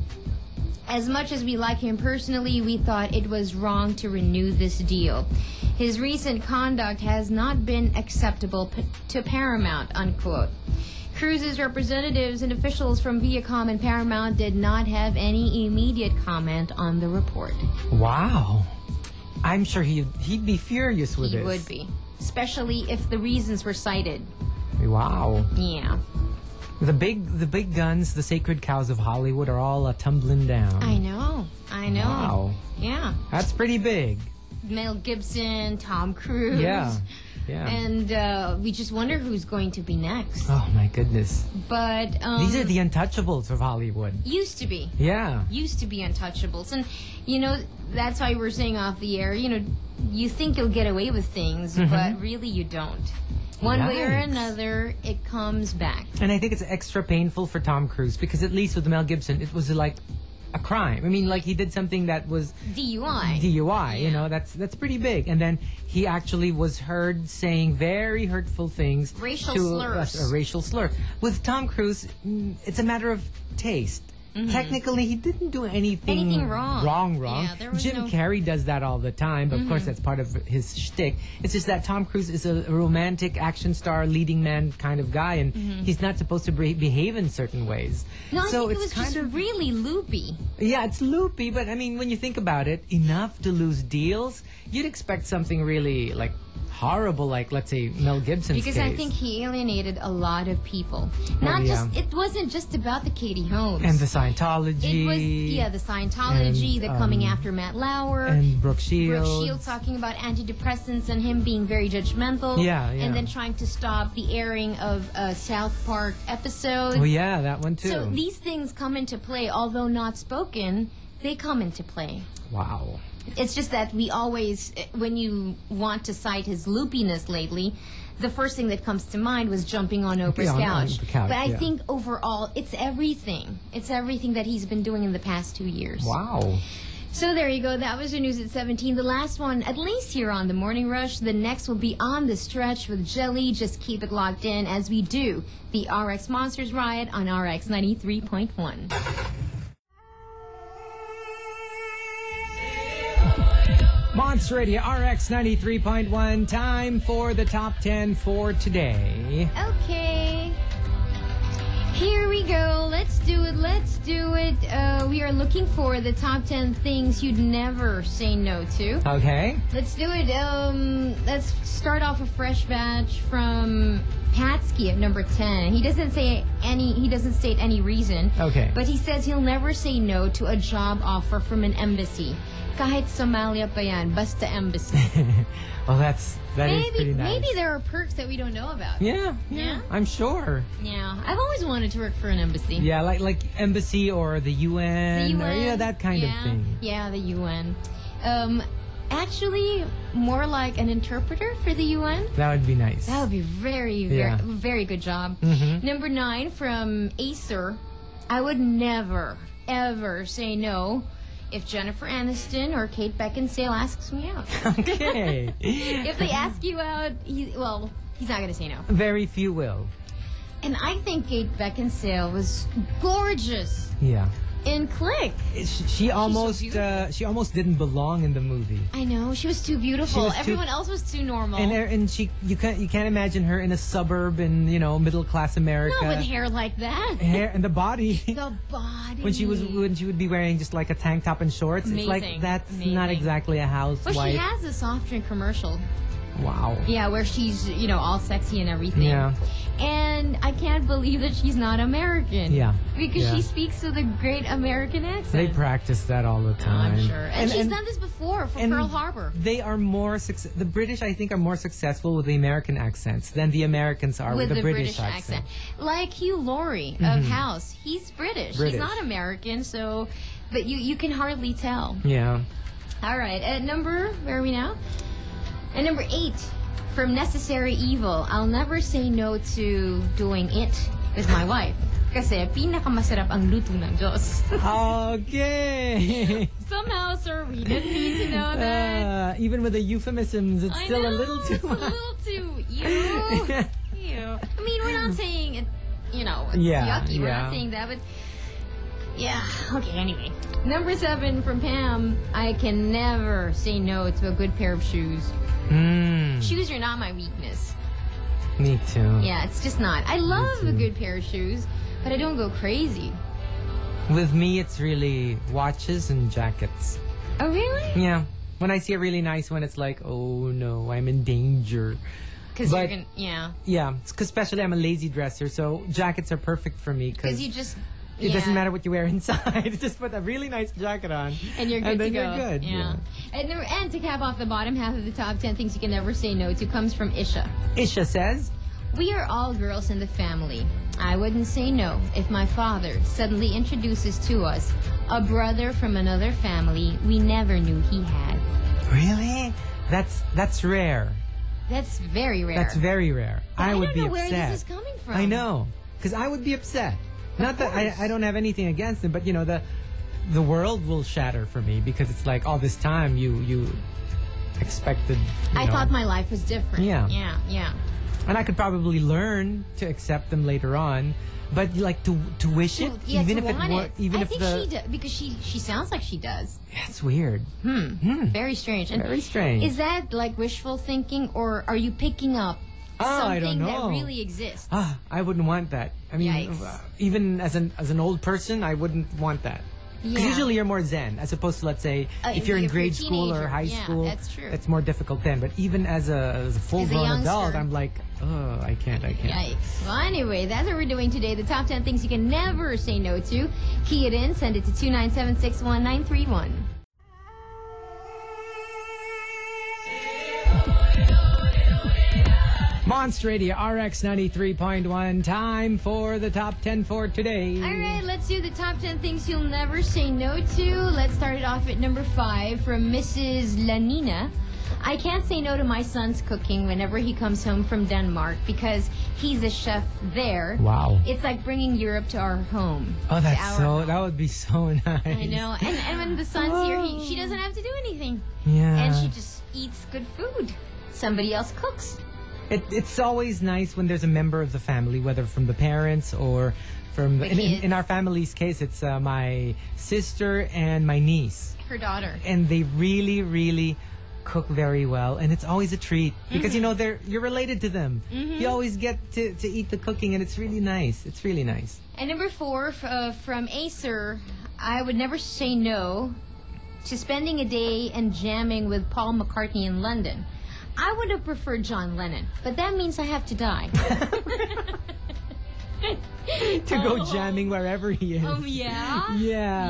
[SPEAKER 5] as much as we like him personally, we thought it was wrong to renew this deal. His recent conduct has not been acceptable p- to Paramount, unquote. Cruz's representatives and officials from Viacom and Paramount did not have any immediate comment on the report.
[SPEAKER 4] wow i'm sure he'd, he'd be furious with
[SPEAKER 5] He
[SPEAKER 4] this
[SPEAKER 5] would be, especially if the reasons were cited.
[SPEAKER 4] wow
[SPEAKER 5] Yeah,
[SPEAKER 4] the big the big guns the sacred cows of hollywood are all uh, tumbling down
[SPEAKER 5] I know. I know.
[SPEAKER 4] wow
[SPEAKER 5] Yeah.
[SPEAKER 4] that's pretty big
[SPEAKER 5] Mel Gibson, Tom Cruise. *laughs*
[SPEAKER 4] Yeah. Yeah.
[SPEAKER 5] And uh, we just wonder who's going to be next.
[SPEAKER 4] oh my goodness.
[SPEAKER 5] But um,
[SPEAKER 4] These are the untouchables of Hollywood.
[SPEAKER 5] used to be
[SPEAKER 4] Yeah.
[SPEAKER 5] used to be untouchables, and you know that's why we're saying off the air. You know, you think you'll get away with things, but really you don't. One way or
[SPEAKER 4] Mm-hmm. Yikes.
[SPEAKER 5] another, it comes back.
[SPEAKER 4] And I think it's extra painful for Tom Cruise because at least with Mel Gibson, it was like a crime. I mean, like he did something that was
[SPEAKER 5] DUI.
[SPEAKER 4] DUI. You know, that's that's pretty big. And then he actually was heard saying very hurtful things,
[SPEAKER 5] Racial
[SPEAKER 4] to
[SPEAKER 5] slurs.
[SPEAKER 4] A, a racial slur. With Tom Cruise, mm, it's a matter of taste. Technically, he didn't do anything
[SPEAKER 5] Mm-hmm. Anything wrong.
[SPEAKER 4] Wrong, wrong.
[SPEAKER 5] Yeah, there was
[SPEAKER 4] Jim
[SPEAKER 5] no- Mm-hmm.
[SPEAKER 4] Carrey does that all the time, but of course that's part of his shtick. It's just that Tom Cruise is a romantic action star, leading man kind of guy, and he's not supposed to be- behave in certain ways.
[SPEAKER 5] Mm-hmm. no, I
[SPEAKER 4] so
[SPEAKER 5] think
[SPEAKER 4] it's
[SPEAKER 5] it was
[SPEAKER 4] kind
[SPEAKER 5] just
[SPEAKER 4] of
[SPEAKER 5] really loopy.
[SPEAKER 4] yeah, it's loopy, but I mean, when you think about it, enough to lose deals, you'd expect something really like horrible, like let's say Mel Gibson's
[SPEAKER 5] Because
[SPEAKER 4] case. Oh,
[SPEAKER 5] I think he alienated a lot of people. Not
[SPEAKER 4] yeah.
[SPEAKER 5] just it wasn't just about the Katie Holmes.
[SPEAKER 4] and the Scientology.
[SPEAKER 5] it was yeah, the Scientology,
[SPEAKER 4] And,
[SPEAKER 5] the coming
[SPEAKER 4] um,
[SPEAKER 5] after Matt Lauer.
[SPEAKER 4] and Brooke Shields.
[SPEAKER 5] Brooke Shields talking about antidepressants and him being very judgmental.
[SPEAKER 4] Yeah, yeah.
[SPEAKER 5] And then trying to stop the airing of uh, South Park episodes.
[SPEAKER 4] Oh yeah, that one too.
[SPEAKER 5] So these things come into play, although not spoken, they come into play.
[SPEAKER 4] wow.
[SPEAKER 5] It's just that we always, eh, when you want to cite his loopiness lately, the first thing that comes to mind was jumping on Oprah's
[SPEAKER 4] Yeah, on- on
[SPEAKER 5] couch.
[SPEAKER 4] the couch,
[SPEAKER 5] But I
[SPEAKER 4] yeah.
[SPEAKER 5] think overall, it's everything. It's everything that he's been doing in the past two years.
[SPEAKER 4] Wow.
[SPEAKER 5] So there you go. That was your news at 17. The last one, at least here on the Morning Rush. The next will be on the stretch with Jelly. Just keep it locked in as we do the RX Monsters Riot on RX 93.1.
[SPEAKER 4] Monster Radio RX 93.1 time for the top 10 for today.
[SPEAKER 5] Okay. Here we go. Let's do it. Let's do it. Uh, we are looking for the top 10 things you'd never say no to.
[SPEAKER 4] Okay.
[SPEAKER 5] Let's do it. Um, let's start off a fresh batch from Patsky at number 10. He doesn't say any, he doesn't state any reason.
[SPEAKER 4] Okay.
[SPEAKER 5] But he says he'll never say no to a job offer from an embassy. Kahit Somalia pa yan, basta embassy.
[SPEAKER 4] *laughs* Well, that's that is
[SPEAKER 5] maybe
[SPEAKER 4] pretty nice.
[SPEAKER 5] maybe there are perks that we don't know about.
[SPEAKER 4] Yeah, yeah,
[SPEAKER 5] Yeah?
[SPEAKER 4] I'm sure.
[SPEAKER 5] Yeah. I've always wanted to work for an embassy.
[SPEAKER 4] Yeah, like like embassy or the UN,
[SPEAKER 5] the UN,
[SPEAKER 4] or yeah, that kind
[SPEAKER 5] yeah.
[SPEAKER 4] of thing.
[SPEAKER 5] Yeah, the UN. Um, actually, more like an interpreter for the UN.
[SPEAKER 4] That would be nice.
[SPEAKER 5] That would be very, very,
[SPEAKER 4] Yeah.
[SPEAKER 5] very good job.
[SPEAKER 4] Mhm.
[SPEAKER 5] Number nine from Acer. I would never, ever say no if Jennifer Aniston or Kate Beckinsale asks me
[SPEAKER 4] *laughs*
[SPEAKER 5] out.
[SPEAKER 4] okay.
[SPEAKER 5] *laughs* if they ask you out, he, well, he's not going to say no.
[SPEAKER 4] Very few will.
[SPEAKER 5] And I think Kate Beckinsale was gorgeous
[SPEAKER 4] Yeah.
[SPEAKER 5] in Click.
[SPEAKER 4] She, she almost uh, she almost didn't belong in the movie.
[SPEAKER 5] I know she was too beautiful.
[SPEAKER 4] was too-
[SPEAKER 5] Everyone else was too normal.
[SPEAKER 4] And there- and she you can't you can't imagine her in a suburb in you know middle class America.
[SPEAKER 5] Not with hair like that.
[SPEAKER 4] *laughs* hair and the body.
[SPEAKER 5] *laughs* The body.
[SPEAKER 4] *laughs* When she was when she would be wearing just like a tank top and shorts, it's like
[SPEAKER 5] Amazing.
[SPEAKER 4] that's not
[SPEAKER 5] Amazing.
[SPEAKER 4] exactly a housewife.
[SPEAKER 5] But she has a soft drink commercial.
[SPEAKER 4] wow.
[SPEAKER 5] Yeah, where she's you know all sexy and everything.
[SPEAKER 4] Yeah.
[SPEAKER 5] And I can't believe that she's not American.
[SPEAKER 4] Yeah.
[SPEAKER 5] Because
[SPEAKER 4] Yeah.
[SPEAKER 5] she speaks with a great American
[SPEAKER 4] They
[SPEAKER 5] accent.
[SPEAKER 4] practice that all the time.
[SPEAKER 5] Oh, I'm sure. And, she's
[SPEAKER 4] and-
[SPEAKER 5] done this before for
[SPEAKER 4] and
[SPEAKER 5] Pearl Harbor.
[SPEAKER 4] They are more success. The British, I think, are more successful with the American accents than the Americans are with,
[SPEAKER 5] With
[SPEAKER 4] the, British, accent. Mm-hmm.
[SPEAKER 5] Like Hugh Laurie of House. He's British.
[SPEAKER 4] British.
[SPEAKER 5] He's not American, so but you, you can hardly tell.
[SPEAKER 4] Yeah.
[SPEAKER 5] All right, at number, where are we now? At number eight, from Necessary Evil, I'll never say no to doing it with my wife. Kasi pinakamasarap ang luto ng Diyos. *laughs*
[SPEAKER 4] Okay.
[SPEAKER 5] Somehow, sir, we didn't *laughs* need
[SPEAKER 4] *laughs*
[SPEAKER 5] to know
[SPEAKER 4] Uh,
[SPEAKER 5] that.
[SPEAKER 4] even with the euphemisms, it's
[SPEAKER 5] I
[SPEAKER 4] Uh, still a
[SPEAKER 5] know,
[SPEAKER 4] little too
[SPEAKER 5] *laughs* it's
[SPEAKER 4] much.
[SPEAKER 5] a little too,
[SPEAKER 4] *laughs*
[SPEAKER 5] ew, ew. I mean, we're not saying it, you know, it's
[SPEAKER 4] Yeah,
[SPEAKER 5] yucky. We're
[SPEAKER 4] yeah.
[SPEAKER 5] not saying that, but yeah. Okay, anyway. Number seven from Pam, I can never say no to a good pair of shoes.
[SPEAKER 4] mm,
[SPEAKER 5] Shoes are not my weakness.
[SPEAKER 4] me too.
[SPEAKER 5] Yeah, it's just not. I love a good pair of shoes, but I don't go crazy.
[SPEAKER 4] With me, it's really watches and jackets.
[SPEAKER 5] Oh, really?
[SPEAKER 4] Yeah. When I see a really nice one, it's like, oh no, I'm in danger.
[SPEAKER 5] Because you're
[SPEAKER 4] But-
[SPEAKER 5] gonna, yeah.
[SPEAKER 4] Yeah, it's 'cause especially I'm a lazy dresser, so jackets are perfect for me
[SPEAKER 5] Because you just.
[SPEAKER 4] It doesn't
[SPEAKER 5] yeah.
[SPEAKER 4] matter what you wear *laughs* inside. just put a really nice jacket on,
[SPEAKER 5] And you're
[SPEAKER 4] and
[SPEAKER 5] good
[SPEAKER 4] then
[SPEAKER 5] to go.
[SPEAKER 4] you're good.
[SPEAKER 5] Yeah. And, number, and to cap off the bottom half of the top 10 things you can never say no to comes from Isha.
[SPEAKER 4] Isha says,
[SPEAKER 5] We are all girls in the family. I wouldn't say no if my father suddenly introduces to us a brother from another family we never knew he had.
[SPEAKER 4] "Really? That's that's rare.
[SPEAKER 5] That's very rare.
[SPEAKER 4] That's very rare. I, would
[SPEAKER 5] don't
[SPEAKER 4] be
[SPEAKER 5] know
[SPEAKER 4] upset.
[SPEAKER 5] where this is coming from.
[SPEAKER 4] I know, because I would be upset. Not that I, I don't have anything against them, but you know the the world will shatter for me because it's like all this time you you expected. you
[SPEAKER 5] I
[SPEAKER 4] know.
[SPEAKER 5] thought my life was different.
[SPEAKER 4] Yeah.
[SPEAKER 5] Yeah, yeah.
[SPEAKER 4] and I could probably learn to accept them later on, but like to to wish it,
[SPEAKER 5] yeah,
[SPEAKER 4] even
[SPEAKER 5] to
[SPEAKER 4] if
[SPEAKER 5] want
[SPEAKER 4] it were,
[SPEAKER 5] it.
[SPEAKER 4] even
[SPEAKER 5] I
[SPEAKER 4] if
[SPEAKER 5] think
[SPEAKER 4] the
[SPEAKER 5] she does because she she sounds like she does.
[SPEAKER 4] that's weird.
[SPEAKER 5] Very strange. And
[SPEAKER 4] Hmm. Very strange.
[SPEAKER 5] Is that like wishful thinking, or are you picking up
[SPEAKER 4] Ah, I
[SPEAKER 5] something
[SPEAKER 4] don't know.
[SPEAKER 5] that really exists?
[SPEAKER 4] Ah, I wouldn't want that. I mean, uh,
[SPEAKER 5] Yikes.
[SPEAKER 4] even as an as an old person, I wouldn't want that. 'Cause
[SPEAKER 5] Yeah.
[SPEAKER 4] Uh, Usually, you're more zen, as opposed to let's say
[SPEAKER 5] Uh,
[SPEAKER 4] if you're in
[SPEAKER 5] if you're a
[SPEAKER 4] grade school or
[SPEAKER 5] teenager,
[SPEAKER 4] high
[SPEAKER 5] yeah,
[SPEAKER 4] school,
[SPEAKER 5] that's true.
[SPEAKER 4] It's more difficult then. But even as a, as a full grown adult,
[SPEAKER 5] youngster.
[SPEAKER 4] I'm like, oh, I can't, I can't.
[SPEAKER 5] Yikes. Well, anyway, that's what we're doing today. The top 10 things you can never say no to. Key it in. Send it to 297619131.
[SPEAKER 4] Monster Radio RX ninety three point one. Time for the top ten for today.
[SPEAKER 5] All right, let's do the top 10 things you'll never say no to. Let's start it off at number five from Mrs. Lanina. I can't say no to my son's cooking whenever he comes home from Denmark because he's a chef there.
[SPEAKER 4] Wow.
[SPEAKER 5] It's like bringing Europe to our home.
[SPEAKER 4] Oh,
[SPEAKER 5] To
[SPEAKER 4] that's
[SPEAKER 5] our
[SPEAKER 4] so.
[SPEAKER 5] home.
[SPEAKER 4] That would be so *laughs* nice.
[SPEAKER 5] I know. And, and when the son's here, he, she doesn't have to do anything.
[SPEAKER 4] Oh. Yeah.
[SPEAKER 5] And she just eats good food. Somebody else cooks.
[SPEAKER 4] It, it's always nice when there's a member of the family, whether from the parents or from.
[SPEAKER 5] The
[SPEAKER 4] in, in-
[SPEAKER 5] kids.
[SPEAKER 4] in our family's case, it's uh, my sister and my niece,
[SPEAKER 5] Her daughter.
[SPEAKER 4] and they really, really cook very well, and it's always a treat
[SPEAKER 5] Mm-hmm.
[SPEAKER 4] because you know they're you're related to them. You always get to, to eat the cooking, and it's really nice. It's really nice.
[SPEAKER 5] And number four f- uh, from Acer, I would never say no to spending a day and jamming with Paul McCartney in London. I would have preferred John Lennon, but that means I have to die. Oh.
[SPEAKER 4] To go jamming wherever he is.
[SPEAKER 5] Um, yeah?
[SPEAKER 4] yeah,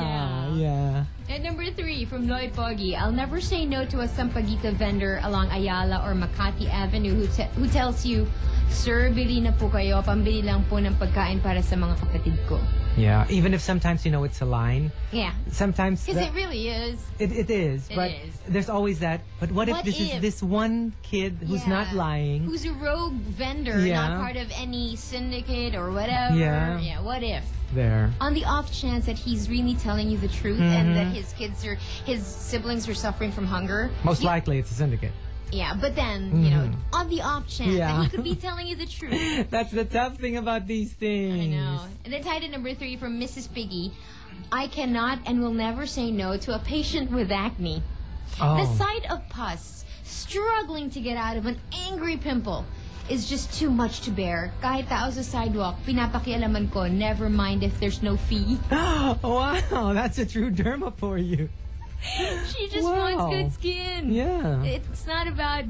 [SPEAKER 5] Yeah.
[SPEAKER 4] yeah.
[SPEAKER 5] And number three from Lloyd Poggi, I'll never say no to a sampaguita vendor along Ayala or Makati Avenue who, te- who tells you, Sir, bili na po kayo, pambili lang po ng pagkain para sa mga kapatid ko.
[SPEAKER 4] Yeah. Even if sometimes you know it's a line.
[SPEAKER 5] Yeah.
[SPEAKER 4] Sometimes
[SPEAKER 5] Because
[SPEAKER 4] that-
[SPEAKER 5] it really is.
[SPEAKER 4] It, it is,
[SPEAKER 5] It
[SPEAKER 4] but
[SPEAKER 5] is.
[SPEAKER 4] there's always that. But what, if
[SPEAKER 5] What
[SPEAKER 4] this is
[SPEAKER 5] if?
[SPEAKER 4] this one kid who's
[SPEAKER 5] Yeah.
[SPEAKER 4] not lying?
[SPEAKER 5] Who's a rogue vendor,
[SPEAKER 4] Yeah.
[SPEAKER 5] not part of any syndicate or whatever.
[SPEAKER 4] Yeah.
[SPEAKER 5] Yeah, what if?
[SPEAKER 4] there?
[SPEAKER 5] On the off chance that he's really telling you the truth
[SPEAKER 4] Mm-hmm.
[SPEAKER 5] and that his kids are, his siblings are suffering from hunger.
[SPEAKER 4] Most
[SPEAKER 5] you-
[SPEAKER 4] likely, it's a syndicate.
[SPEAKER 5] Yeah, but then, you know, on the off chance
[SPEAKER 4] Mm-hmm. Yeah.
[SPEAKER 5] that he could
[SPEAKER 4] *laughs*
[SPEAKER 5] be telling you the
[SPEAKER 4] *laughs*
[SPEAKER 5] truth.
[SPEAKER 4] That's the tough thing about these
[SPEAKER 5] I
[SPEAKER 4] things.
[SPEAKER 5] know. And then tied at number three from Mrs. Piggy. I cannot and will never say no to a patient with acne.
[SPEAKER 4] Oh.
[SPEAKER 5] The sight of pus struggling to get out of an angry pimple is just too much to bear. Kahit tao sa sidewalk, pinapakialaman ko, never mind if there's no
[SPEAKER 4] *laughs*
[SPEAKER 5] fee.
[SPEAKER 4] *gasps* wow, that's a true derma for you.
[SPEAKER 5] she just
[SPEAKER 4] Wow.
[SPEAKER 5] wants good skin.
[SPEAKER 4] Yeah.
[SPEAKER 5] It's not about,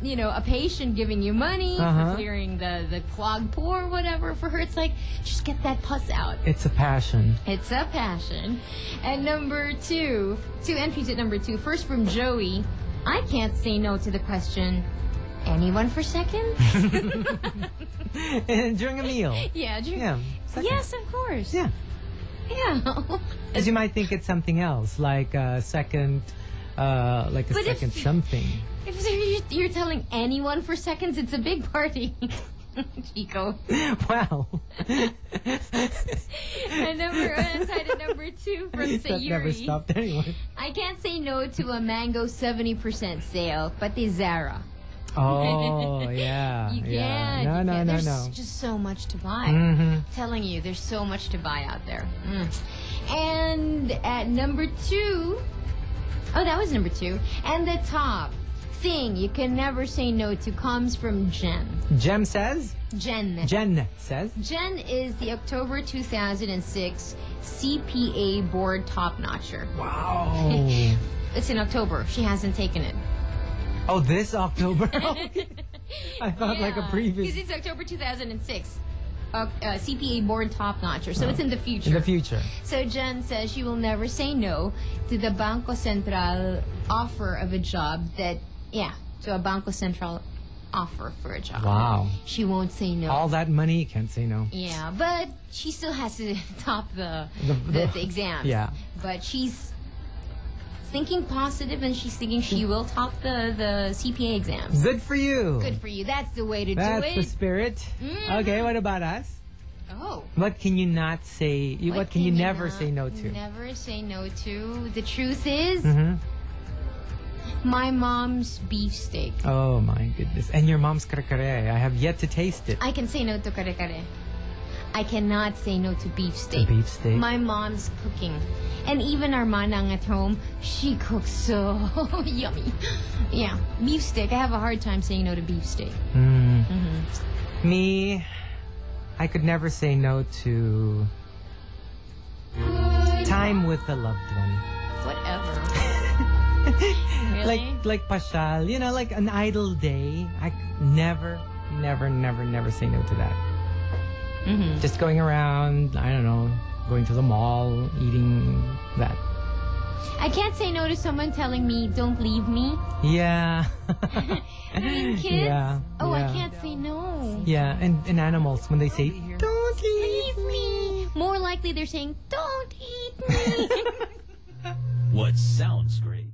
[SPEAKER 5] you know, a patient giving you money
[SPEAKER 4] Uh-huh.
[SPEAKER 5] for clearing the, the clogged pore or whatever. For her, it's like, just get that pus out.
[SPEAKER 4] It's a passion.
[SPEAKER 5] It's a passion. And number two, two entries at number two. First from Joey. I can't say no to the question, anyone for seconds?
[SPEAKER 4] *laughs* and during a
[SPEAKER 5] *laughs*
[SPEAKER 4] meal.
[SPEAKER 5] yeah, Joey.
[SPEAKER 4] Yeah. second.
[SPEAKER 5] Yes, of course.
[SPEAKER 4] Yeah.
[SPEAKER 5] Yeah. *laughs*
[SPEAKER 4] Because you might think it's something else, like a second, uh, like a
[SPEAKER 5] But if-
[SPEAKER 4] second something. *laughs*
[SPEAKER 5] if you're, you're telling anyone for seconds, it's a big party. *laughs* Chico.
[SPEAKER 4] *laughs*
[SPEAKER 5] *laughs*
[SPEAKER 4] wow.
[SPEAKER 5] And number one side at number two from
[SPEAKER 4] *laughs* that never
[SPEAKER 5] Sayuri.
[SPEAKER 4] stopped anyone.
[SPEAKER 5] I can't say no to a mango 70% sale, but the Zara.
[SPEAKER 4] Oh yeah,
[SPEAKER 5] *laughs* You
[SPEAKER 4] yeah.
[SPEAKER 5] can.
[SPEAKER 4] No,
[SPEAKER 5] you
[SPEAKER 4] no,
[SPEAKER 5] can.
[SPEAKER 4] no,
[SPEAKER 5] There's
[SPEAKER 4] no.
[SPEAKER 5] just so much to buy.
[SPEAKER 4] Mhm.
[SPEAKER 5] Telling you, there's so much to buy out there. Mm. And at number two, oh, that was number two. And the top thing you can never say no to comes from Jen.
[SPEAKER 4] Jem says.
[SPEAKER 5] Jen.
[SPEAKER 4] Jen says.
[SPEAKER 5] Jen is the October 2006 CPA board top notcher.
[SPEAKER 4] Wow.
[SPEAKER 5] It's in October. She hasn't
[SPEAKER 4] *laughs*
[SPEAKER 5] taken it.
[SPEAKER 4] oh, this October. *laughs* Okay. I thought like a previous
[SPEAKER 5] Because it's October 2006. Uh, uh, CPA board top notcher. So it's in the future.
[SPEAKER 4] Uh-huh. in the future.
[SPEAKER 5] So Jen says she will never say no to the Banco Central offer of a job that, yeah, to a Banco Central offer for a job.
[SPEAKER 4] Wow.
[SPEAKER 5] She won't say no.
[SPEAKER 4] All that money, you can't say no.
[SPEAKER 5] yeah, but she still has to *laughs* top the
[SPEAKER 4] The-
[SPEAKER 5] the,
[SPEAKER 4] the-
[SPEAKER 5] the, exams.
[SPEAKER 4] yeah.
[SPEAKER 5] But she's thinking positive and she's thinking she will top the, the CPA exams.
[SPEAKER 4] Good for you.
[SPEAKER 5] Good for you. That's the way to
[SPEAKER 4] That's
[SPEAKER 5] do
[SPEAKER 4] the
[SPEAKER 5] it.
[SPEAKER 4] spirit.
[SPEAKER 5] Mhm.
[SPEAKER 4] Okay, what about us?
[SPEAKER 5] oh.
[SPEAKER 4] What can you not say? You, what, can you, never
[SPEAKER 5] not-
[SPEAKER 4] say no to?
[SPEAKER 5] Never say no to. The truth is,
[SPEAKER 4] hmm
[SPEAKER 5] my mom's beefsteak.
[SPEAKER 4] Oh my goodness! And your mom's kare. I have yet to taste it.
[SPEAKER 5] I can say no to kare kare. I cannot say no to beefsteak.
[SPEAKER 4] Beefsteak.
[SPEAKER 5] My mom's cooking. And even our manang at home, she cooks so *laughs* yummy. Yeah, beefsteak. I have a hard time saying no to beefsteak.
[SPEAKER 4] Mm. Mm-hmm. Me, I could never say no to time with a loved one. *laughs*
[SPEAKER 5] Whatever.
[SPEAKER 4] Like
[SPEAKER 5] Really?
[SPEAKER 4] like pasyal, you know, like an idle day. I c- never, never, never, never say no to that.
[SPEAKER 5] Mhm.
[SPEAKER 4] Just going around, I don't know, going to the mall, eating that.
[SPEAKER 5] I can't say no to someone telling me, don't leave me.
[SPEAKER 4] Yeah. *laughs*
[SPEAKER 5] I mean, *laughs* kids.
[SPEAKER 4] Yeah,
[SPEAKER 5] oh,
[SPEAKER 4] yeah.
[SPEAKER 5] I can't say no.
[SPEAKER 4] Yeah, and, and animals when they say don't
[SPEAKER 5] Leave me. More likely they're saying, don't eat me.
[SPEAKER 3] What sounds great